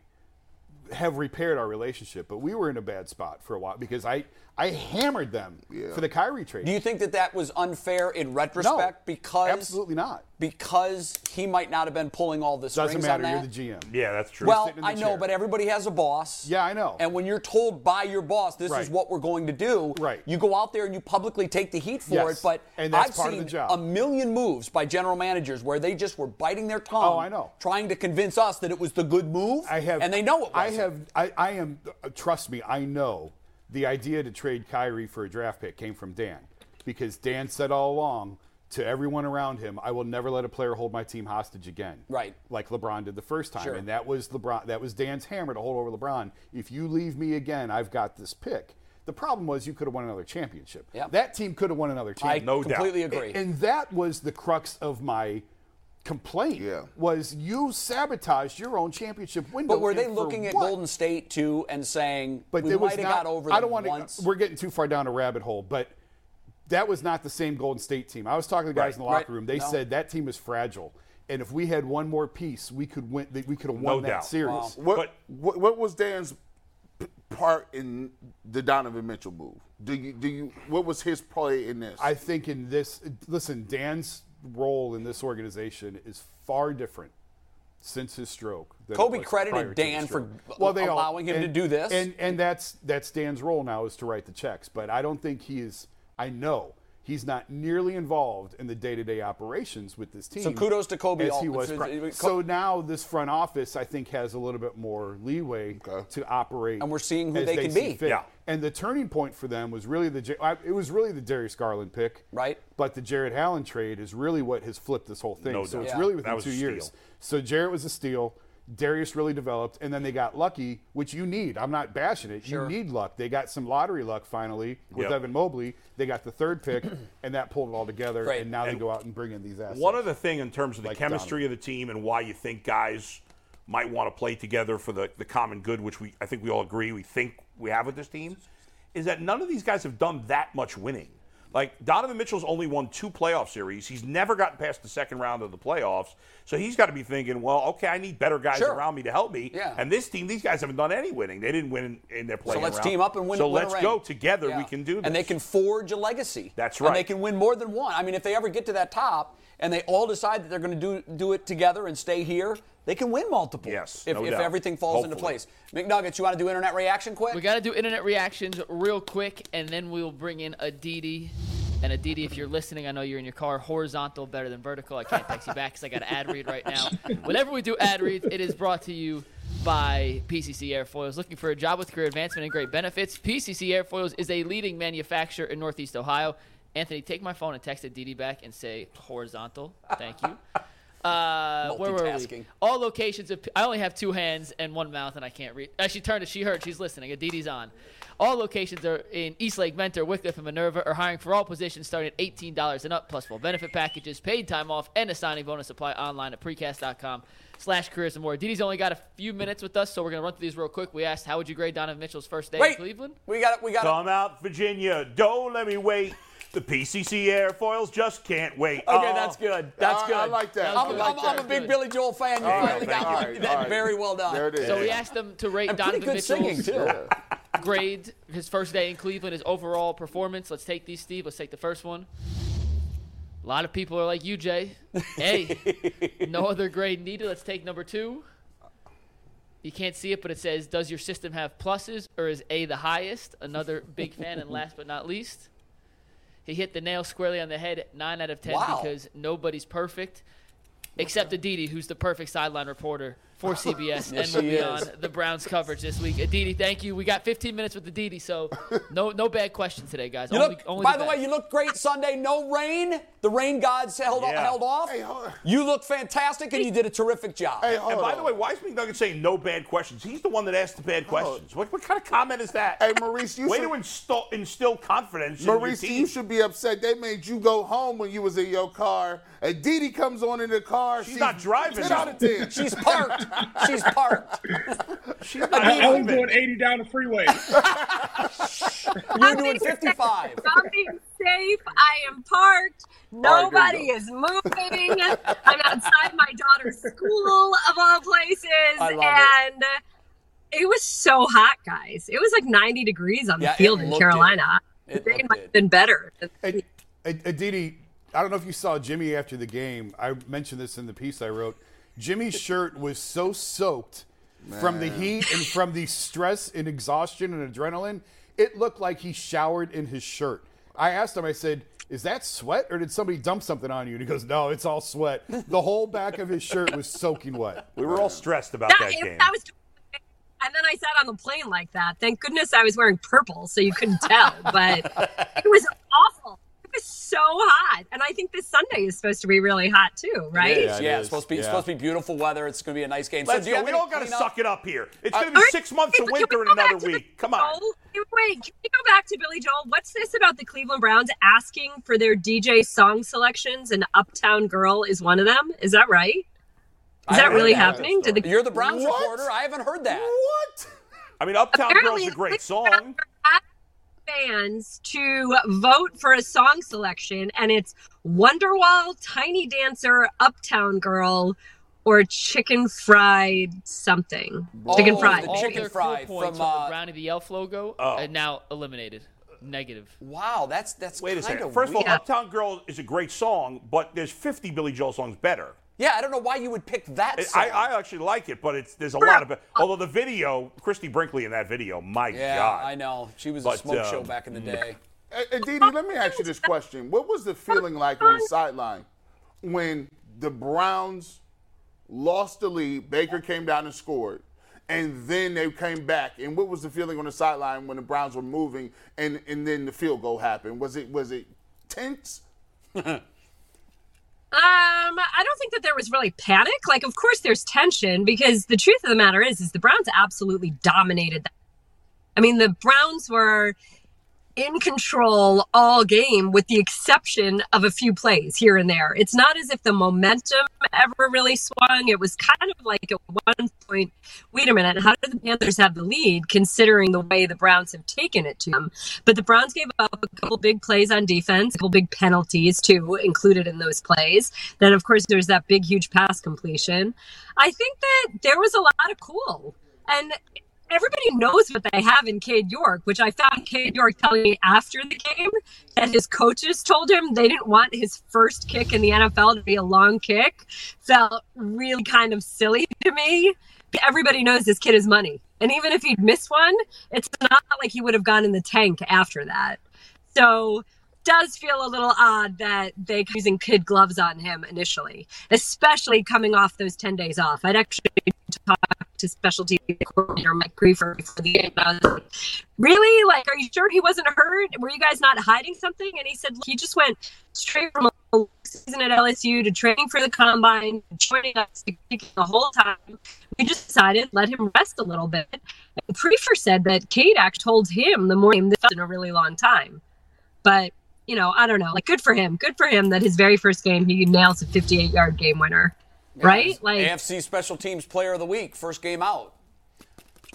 have repaired our relationship, but we were in a bad spot for a while because I I hammered them for the Kyrie trade. do you think that that was unfair in retrospect? because absolutely not. Because he might not have been pulling all the strings Doesn't on matter. that. You're the GM. yeah, that's true. Well, sitting in the I know, chair. but everybody has a boss. Yeah, I know. And when you're told by your boss, this Right. is what we're going to do, Right. you go out there and you publicly take the heat for Yes. it. But And that's I've part of seen the job. a million moves by general managers where they just were biting their tongue. Oh, I know. Trying to convince us that it was the good move. I have, and they know it. I wasn't. have, I, I am. uh, Trust me, I know the idea to trade Kyrie for a draft pick came from Dan, because Dan said all along to everyone around him, "I will never let a player hold my team hostage again." Right. Like LeBron did the first time, Sure. and that was LeBron. That was Dan's hammer to hold over LeBron. If you leave me again, I've got this pick. The problem was you could have won another championship. Yep. That team could have won another I championship. No doubt. completely agree. And that was the crux of my complaint. Yeah. Was you sabotaged your own championship window? but were they and for looking at what? Golden State too and saying But we there was might have not- got over I them don't want once? to. We're getting too far down a rabbit hole, but. That was not the same Golden State team. I was talking to the guys Right. in the locker Right. room. They No. said that team is fragile, and if we had one more piece, we could win. that We could have won No that doubt. series. Wow. what, but- what, what was Dan's p- part in the Donovan Mitchell move? Do you do you what was his play in this? I think in this, listen, Dan's role in this organization is far different since his stroke. than it Kobe was credited prior to his Dan for stroke. allowing him to do this. and and that's that's Dan's role now is to write the checks. But I don't think he is. I know he's not nearly involved in the day-to-day operations with this team. So kudos to Kobe as he Altman. was. So- pri- so now this front office, I think, has a little bit more leeway to operate. And we're seeing who as they can see be. fit. Yeah. And the turning point for them was really the J- I- it was really the Darius Garland pick. Right. But the Jared Allen trade is really what has flipped this whole thing. No so doubt. it's Yeah. really within That was two a years. steal. So Jarrett was a steal. Darius really developed, and then they got lucky, which you need. I'm not bashing it. You need luck. They got some lottery luck finally with Yep. Evan Mobley. They got the third pick, and that pulled it all together. Great. And now And they go out and bring in these assets. One other thing in terms of the Like chemistry of the team and why you think guys might want to play together for the, the common good, which we I think we all agree we think we have with this team, is that none of these guys have done that much winning. Like Donovan Mitchell's only won two playoff series. He's never gotten past the second round of the playoffs. So he's got to be thinking, well, okay, I need better guys Sure. around me to help me. Yeah. And this team, these guys haven't done any winning. They didn't win in, in their playoff. So let's team up and win. So win a let's ring. go together. Yeah. We can do this. And they can forge a legacy. That's And they right. can win more than one. I mean, if they ever get to that top and they all decide that they're going to do do it together and stay here, they can win multiple. Yes, If, no if doubt. everything falls into Hopefully. place. McNuggets, you want to do internet reaction quick? We got to do internet reactions real quick, and then we'll bring in Aditi. And Aditi, if you're listening, I know you're in your car. Horizontal better than vertical. I can't text you back because I got an ad read right now. Whenever we do ad reads, it is brought to you by PCC Airfoils. Looking for a job with career advancement and great benefits? PCC Airfoils is a leading manufacturer in Northeast Ohio. Anthony, take my phone and text Aditi back and say horizontal. Thank you. Uh, where were Multitasking. we? All locations of. I only have two hands and one mouth, and I can't read. Uh, she turned. She heard. She's listening. Aditi's on. All locations are in Eastlake, Mentor, Wickliffe, and Minerva. Are hiring for all positions starting at eighteen dollars and up, plus full benefit packages, paid time off, and a signing bonus. Apply online at precast.com slash careers and more. Aditi's only got a few minutes with us, so we're gonna run through these real quick. We asked, how would you grade Donovan Mitchell's first day in Wait. Cleveland? We got it. We got it. Come out, Virginia. Don't let me wait. The PCC airfoils just can't wait. Okay, Oh, that's good. That's I- good. I like that. I'm, I like I'm- I'm that. a big Good. Billy Joel fan. You All right, finally got thank you. that All right. very well done. there it is. So we asked them to rate And pretty Donovan good singing Mitchell's too. grade his first day in Cleveland, his overall performance. Let's take these, Steve. Let's take the first one. A lot of people are like you, Jay. Hey, no other grade needed. Let's take number two. You can't see it, but it says, "Does your system have pluses, or is A the highest?" Another big fan, and last but not least, he hit the nail squarely on the head. Nine out of ten Wow. because nobody's perfect, except Aditi, who's the perfect sideline reporter for CBS and will she be is. on the Browns coverage this week. Aditi, thank you. We got 15 minutes with Aditi, so no no bad questions today, guys. You only, look, only by the the way, best. you look great Sunday. No rain. The rain gods held, Yeah. held off. Hey, hold on. you look fantastic, and you did a terrific job. Hey, hold And by on. the way, why is McNugget saying no bad questions? He's the one that asked the bad questions. What, what kind of comment is that? Oh. Hey, Maurice, you way should- to instill, instill confidence. Maurice, in your you team. should be upset. They made you go home when you was in your car. And Didi comes on in the car. She's not driving, 10 out of 10. She's parked. She's parked. She's not I was driving. doing 80 down the freeway. You're doing 55. I'm being safe. I am parked. All right, there Nobody you is moving. I'm outside my daughter's school, of all places. I love it. and it. was so hot, guys. It was like 90 degrees on Yeah, the it field in looked Carolina. it. It the rain looked might it. have been better. Ad- Ad- Aditi, I don't know if you saw Jimmy after the game. I mentioned this in the piece I wrote. Jimmy's shirt was so soaked from the heat and from the stress and exhaustion and adrenaline, it looked like he showered in his shirt. I asked him, I said, is that sweat or did somebody dump something on you? And he goes, no, it's all sweat. The whole back of his shirt was soaking wet. We were all stressed about That, that it- game. that was and then I sat on the plane like that. Thank goodness I was wearing purple, so you couldn't tell. But it was awful. It was so hot, and I think this Sunday is supposed to be really hot too, right? It is, it yeah, it's is. supposed to be it's Yeah. supposed to be beautiful weather. It's going to be a nice game. Let's do you go. have We any all got to cleanup? suck it up here. It's going to All be right, six months can of we winter go in back another to the week. Come on. Joel? Wait, can we go back to Billy Joel? What's this about the Cleveland Browns asking for their DJ song selections and Uptown Girl is one of them? Is that right? Is that haven't really heard that happening? Did the You're the Browns reporter. I haven't heard that. What? I mean, Uptown Girl's Apparently, a great it's- song. fans to vote for a song selection and it's Wonderwall, Tiny Dancer, Uptown Girl, or chicken fried something. chicken Oh, fried. the All chicken their fry cool points from, with uh, the Brownie the Elf logo Oh. are now eliminated. Negative. Wow, that's that's Wait a kind second. First of all, weird. Uptown Girl is a great song, but there's 50 Billy Joel songs better. yeah, I don't know why you would pick that. Song. I, I actually like it, but it's there's a lot of it. Although the video, Christy Brinkley in that video, my yeah, God. I know she was a But, smoke uh, show back in the day. A- And Didi, let me ask you this question: What was the feeling like on the sideline when the Browns lost the lead? Baker came down and scored, and then they came back. And what was the feeling on the sideline when the Browns were moving, and and then the field goal happened? Was it was it tense? Um, I don't think that there was really panic. Like, of course, there's tension because the truth of the matter is, is the Browns absolutely dominated that. I mean, the Browns were in control all game, with the exception of a few plays here and there. It's not as if the momentum ever really swung. It was kind of like at one point, wait a minute, how did the Panthers have the lead considering the way the Browns have taken it to them? But the Browns gave up a couple big plays on defense, a couple big penalties too included in those plays. Then, of course, there's that big, huge pass completion. I think that there was a lot of cool. And everybody knows what they have in Cade York, which I found Cade York telling me after the game that his coaches told him they didn't want his first kick in the NFL to be a long kick. Felt really kind of silly to me. Everybody knows this kid is money. And even if he'd missed one, it's not like he would have gone in the tank after that. So does feel a little odd that they kept using kid gloves on him initially, especially coming off those 10 days off. I'd actually talked to specialty coordinator Mike Griefer before the game. and I was like, really? Like, are you sure he wasn't hurt? Were you guys not hiding something? And he said, look, he just went straight from a season at LSU to training for the combine, joining us the whole time. We just decided let him rest a little bit. And Prefer said that Kate Act told him the morning this in a really long time. But, you know, I don't know. Like, good for him. Good for him that his very first game, he nails a 58 yard game winner. Right? Like, AFC Special Teams Player of the Week, first game out.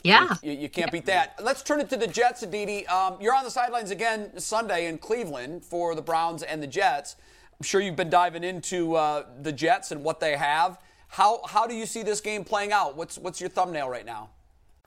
yeah. You, you can't beat that. Let's turn it to the Jets, Aditi. Um, you're on the sidelines again Sunday in Cleveland for the Browns and the Jets. I'm sure you've been diving into uh, the Jets and what they have. How how do you see this game playing out? What's what's your thumbnail right now?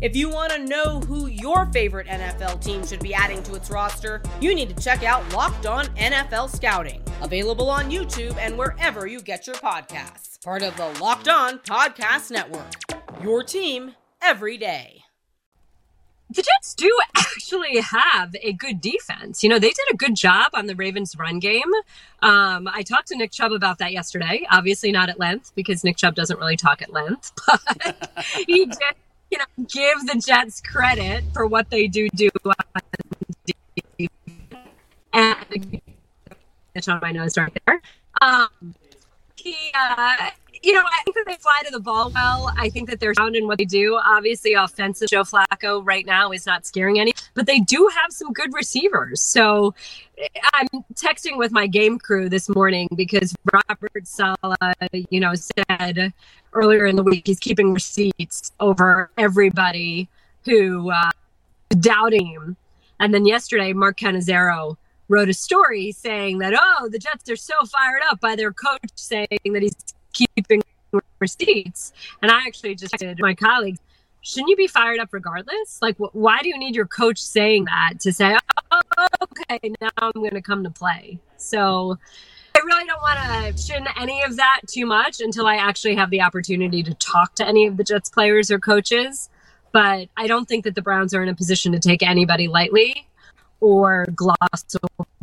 If you want to know who your favorite NFL team should be adding to its roster, you need to check out Locked On NFL Scouting, available on YouTube and wherever you get your podcasts. Part of the Locked On Podcast Network. Your team every day. the Jets do actually have a good defense. You know, they did a good job on the Ravens run game. Um, I talked to Nick Chubb about that yesterday, obviously not at length because Nick Chubb doesn't really talk at length, but he did, you know, give the Jets credit for what they do do on defense. And it's on my nose right there. Um, he, uh, you know, I think that they fly to the ball well. I think that they're sound in what they do. Obviously, offensive Joe Flacco right now is not scaring any, but they do have some good receivers. So I'm texting with my game crew this morning because Robert Sala, you know, said earlier in the week he's keeping receipts over everybody who uh, doubting him. And then yesterday, Mark Canizero wrote a story saying that, oh, the Jets are so fired up by their coach saying that he's keeping receipts. And I actually just said my colleagues, shouldn't you be fired up regardless? Like, wh- why do you need your coach saying that to say, oh, okay, now I'm going to come to play? So I really don't want to shin any of that too much until I actually have the opportunity to talk to any of the Jets players or coaches. But I don't think that the Browns are in a position to take anybody lightly or gloss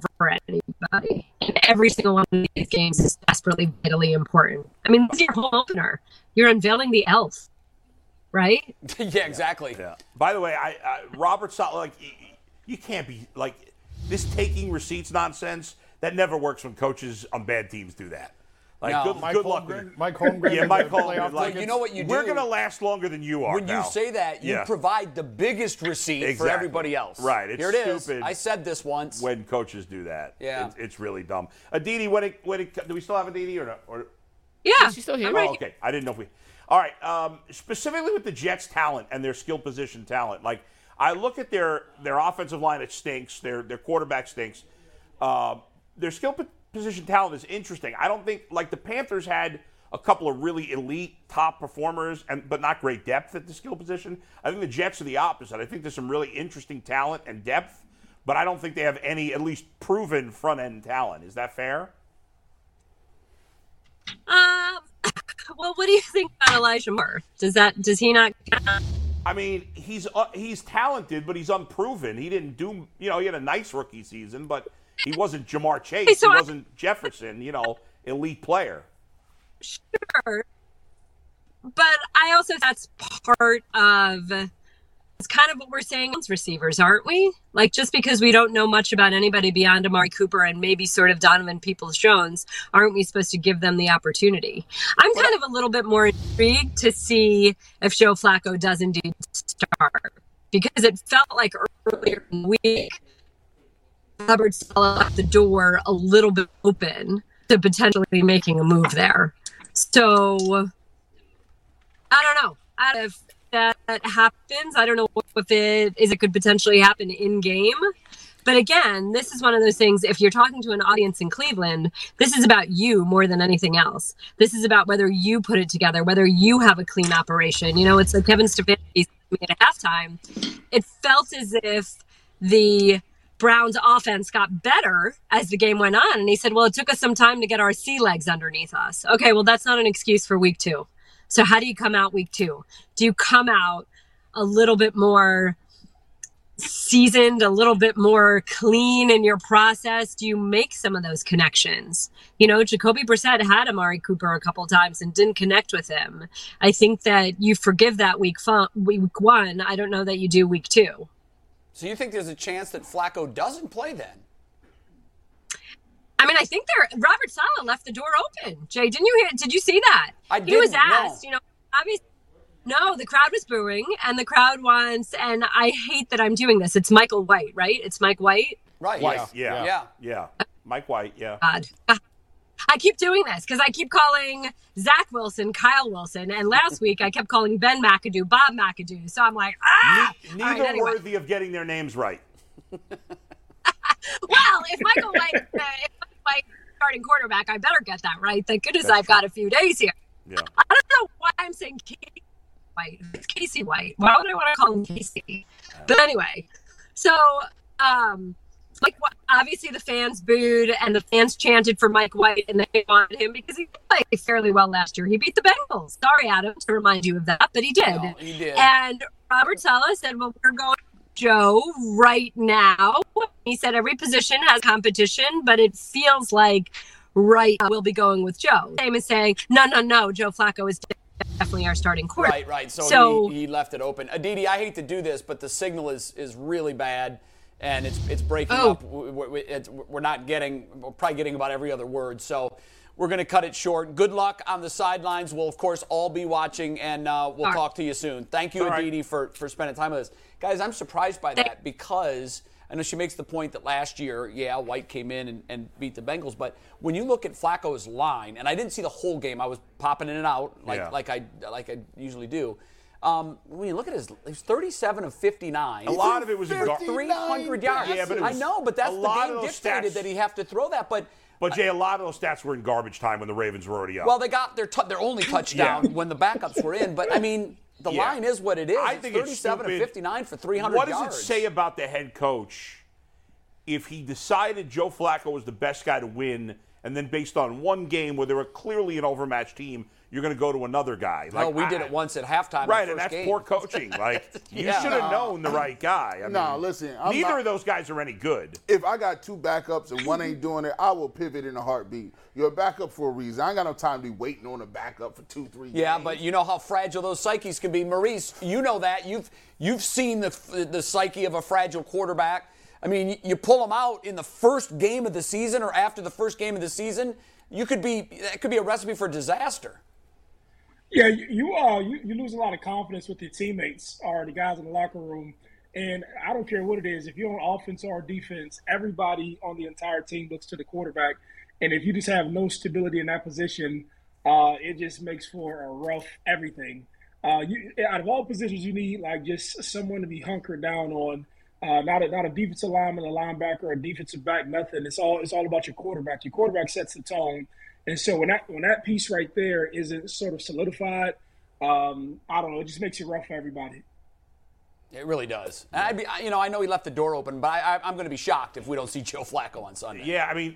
over anybody. And every single one of these games is desperately, vitally important. I mean, this is your home opener. You're unveiling the elf, right? yeah, exactly. Yeah. By the way, I, I Robert Sala, like y- y- you can't be like this taking receipts nonsense. That never works when coaches on bad teams do that. Like No. good, Mike good luck. Holmgren- with it. Mike Holmgren. Yeah, Mike playoff Holmgren. Like, tickets. You know what you We're do? gonna last longer than you are. When you pal. say that, you Yeah. provide the biggest receipt Exactly. for everybody else. Right, it's Here it is. stupid. I said this once. when coaches do that, Yeah. it's, it's really dumb. Aditi, when it, when it, do we still have Aditi or no? Or, Yeah. She's still here. I'm oh, right okay, I didn't know if we. All right, um, specifically with the Jets' talent and their skill position talent, like I look at their their offensive line, it stinks. Their their quarterback stinks. Um, their skill po- position talent is interesting. I don't think like the Panthers had a couple of really elite top performers, and but not great depth at the skill position. I think the Jets are the opposite. I think there's some really interesting talent and depth, but I don't think they have any at least proven front end talent. Is that fair? Um, well, what do you think about Elijah Moore? Does that does he not? count? I mean, he's uh, he's talented, but he's unproven. He didn't do, you know, he had a nice rookie season, but he wasn't Jamar Chase. so he I- wasn't Jefferson, you know, elite player. Sure, but I also that's part of it's kind of what we're saying as receivers, aren't we? Like just because we don't know much about anybody beyond Amari Cooper and maybe sort of Donovan Peoples Jones, aren't we supposed to give them the opportunity? I'm kind of a little bit more intrigued to see if Joe Flacco does indeed start because it felt like earlier in the week Hubbard still left the door a little bit open to potentially making a move there. So I don't know. I don't know if that happens. I don't know if it is it could potentially happen in game. But again, this is one of those things. If you're talking to an audience in Cleveland, this is about you more than anything else. This is about whether you put it together, whether you have a clean operation. You know, it's like Kevin Stefanski at halftime. It felt as if the Brown's offense got better as the game went on. And he said, Well, it took us some time to get our sea legs underneath us. Okay, well, that's not an excuse for week two. So, how do you come out week two? Do you come out a little bit more seasoned, a little bit more clean in your process? Do you make some of those connections? You know, Jacoby Brissett had Amari Cooper a couple times and didn't connect with him. I think that you forgive that week, fu- week one. I don't know that you do week two. So you think there's a chance that Flacco doesn't play then? I mean, I think there. Robert Sala left the door open. Jay, didn't you hear? Did you see that? I He was didn't, no. asked. You know, obviously, no. The crowd was booing, and the crowd wants. And I hate that I'm doing this. It's Michael White, right? It's Mike White. Right. White, yeah. Yeah. Yeah. Mike White, yeah. Uh, God. I keep doing this because I keep calling Zach Wilson, Kyle Wilson, and last week I kept calling Ben McAdoo, Bob McAdoo. So I'm like, ah. Neither All right, anyway. worthy of getting their names right. well, if Michael White, uh, if Michael White starting quarterback, I better get that right. Thank goodness I've got a few days here. Yeah. I don't know why I'm saying Casey White. It's Casey White. Why would I want to call him Casey? But anyway, so um, like wh- obviously the fans booed and the fans chanted for Mike White and they wanted him because he played fairly well last year. He beat the Bengals. Sorry, Adam, to remind you of that, but he did. No, he did. And Robert Sala said, "Well, we're going." Joe right now. He said every position has competition, but it feels like right now we'll be going with Joe. Same as saying, no, no, no, Joe Flacco is definitely our starting quarterback. Right, right. So, So- he, he left it open. Aditi, I hate to do this, but the signal is is really bad, and it's it's breaking Oh. up. We, we- we- it's, we're not getting we're probably getting about every other word. So we're going to cut it short. Good luck on the sidelines. We'll of course all be watching, and uh, we'll All right. talk to you soon. Thank you, Aditi, for for spending time with us, guys. I'm surprised by that because. I know she makes the point that last year, yeah, White came in and, and beat the Bengals, but when you look at Flacco's line, and I didn't see the whole game, I was popping in and out like Yeah. like I like I usually do. Um, when you look at his, he was 37 of 59. A lot of it was in gar- 300 yards. Yeah, but it I was- know, but a that's the lot game of those dictated stats- that he have to throw that. But But Jay, a lot of those stats were in garbage time when the Ravens were already up. well, they got their tou- their only touchdown Yeah. when the backups were in. But I mean, the Yeah. line is what it is. I It's think it's 37 of stupid. 59 for 300 what yards. does it say about the head coach if he decided Joe Flacco was the best guy to win, and then based on one game where they were clearly an overmatched team, you're going to go to another guy? No, we did I- it once at halftime. in the Right, and first that's game. poor coaching. Like you Yeah. should have known the right guy. I No, mean, listen, I'm neither not- of those guys are any good. if I got two backups and one ain't doing it, I will pivot in a heartbeat. You're a backup for a reason. I ain't got no time to be waiting on a backup for two, three. Yeah, games. but you know how fragile those psyches can be, Maurice. You know that you've you've seen the the psyche of a fragile quarterback. I mean, you pull them out in the first game of the season or after the first game of the season, you could be that could be a recipe for disaster. Yeah, you you, uh, you you lose a lot of confidence with your teammates or the guys in the locker room. And I don't care what it is, if you're on offense or defense, everybody on the entire team looks to the quarterback. And if you just have no stability in that position, uh, it just makes for a rough everything. Uh, you, out of all positions, you need like just someone to be hunkered down on. Uh, not a not a defensive lineman, a linebacker, a defensive back, nothing. It's all it's all about your quarterback. Your quarterback sets the tone, and so when that when that piece right there isn't sort of solidified, um, I don't know. It just makes it rough for everybody. It really does. And I'd be, I- you know, I know he left the door open, but I, I, I'm going to be shocked if we don't see Joe Flacco on Sunday. Yeah, I mean,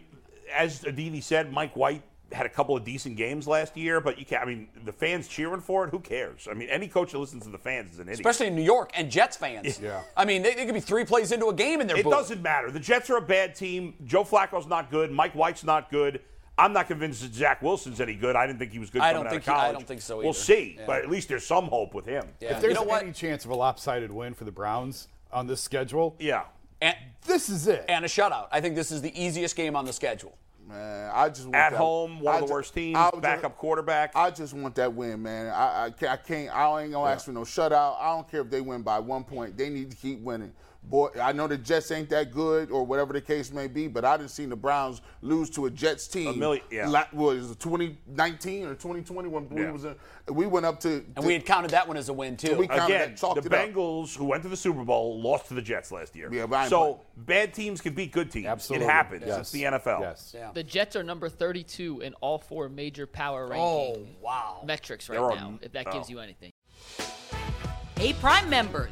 as Aditi said, Mike White had a couple of decent games last year, but you can't. I mean, the fans cheering for it. Who cares? I mean, any coach that listens to the fans is an idiot. Especially in New York and Jets fans. Yeah. I mean, they, they could be three plays into a game and they're it booing. doesn't matter. The Jets are a bad team. Joe Flacco's not good. Mike White's not good. I'm not convinced that Zach Wilson's any good. I didn't think he was good I coming don't out think of he- I college. don't think so We'll either. see, Yeah. but at least there's some hope with him. Yeah. If there's you know what? any chance of a lopsided win for the Browns on this schedule, Yeah. And, this is it. and a shutout. I think this is the easiest game on the schedule. Man, I just want At that- home, one I of the ju- worst teams, I would ju- backup quarterback. I just want that win, man. I, I, ca- I can't. I ain't gonna ask for no shutout. I don't care if they win by one point. They need to keep winning. Boy, I know the Jets ain't that good, or whatever the case may be, but I didn't see the Browns lose to a Jets team. million- yeah. la- what is it, 2019 or 2020 when we Yeah. was in, we went up to. And we had counted that one as a win, too. We- I kinda Again, chalked the it up. Bengals, who went to the Super Bowl, lost to the Jets last year. Yeah, but I ain't so bad teams can beat good teams. Absolutely. It happens. Yes. It's the NFL. Yes. The Jets are number 32 in all four major power oh, ranking wow. metrics right There are- now, if that gives you anything. Hey, Prime members,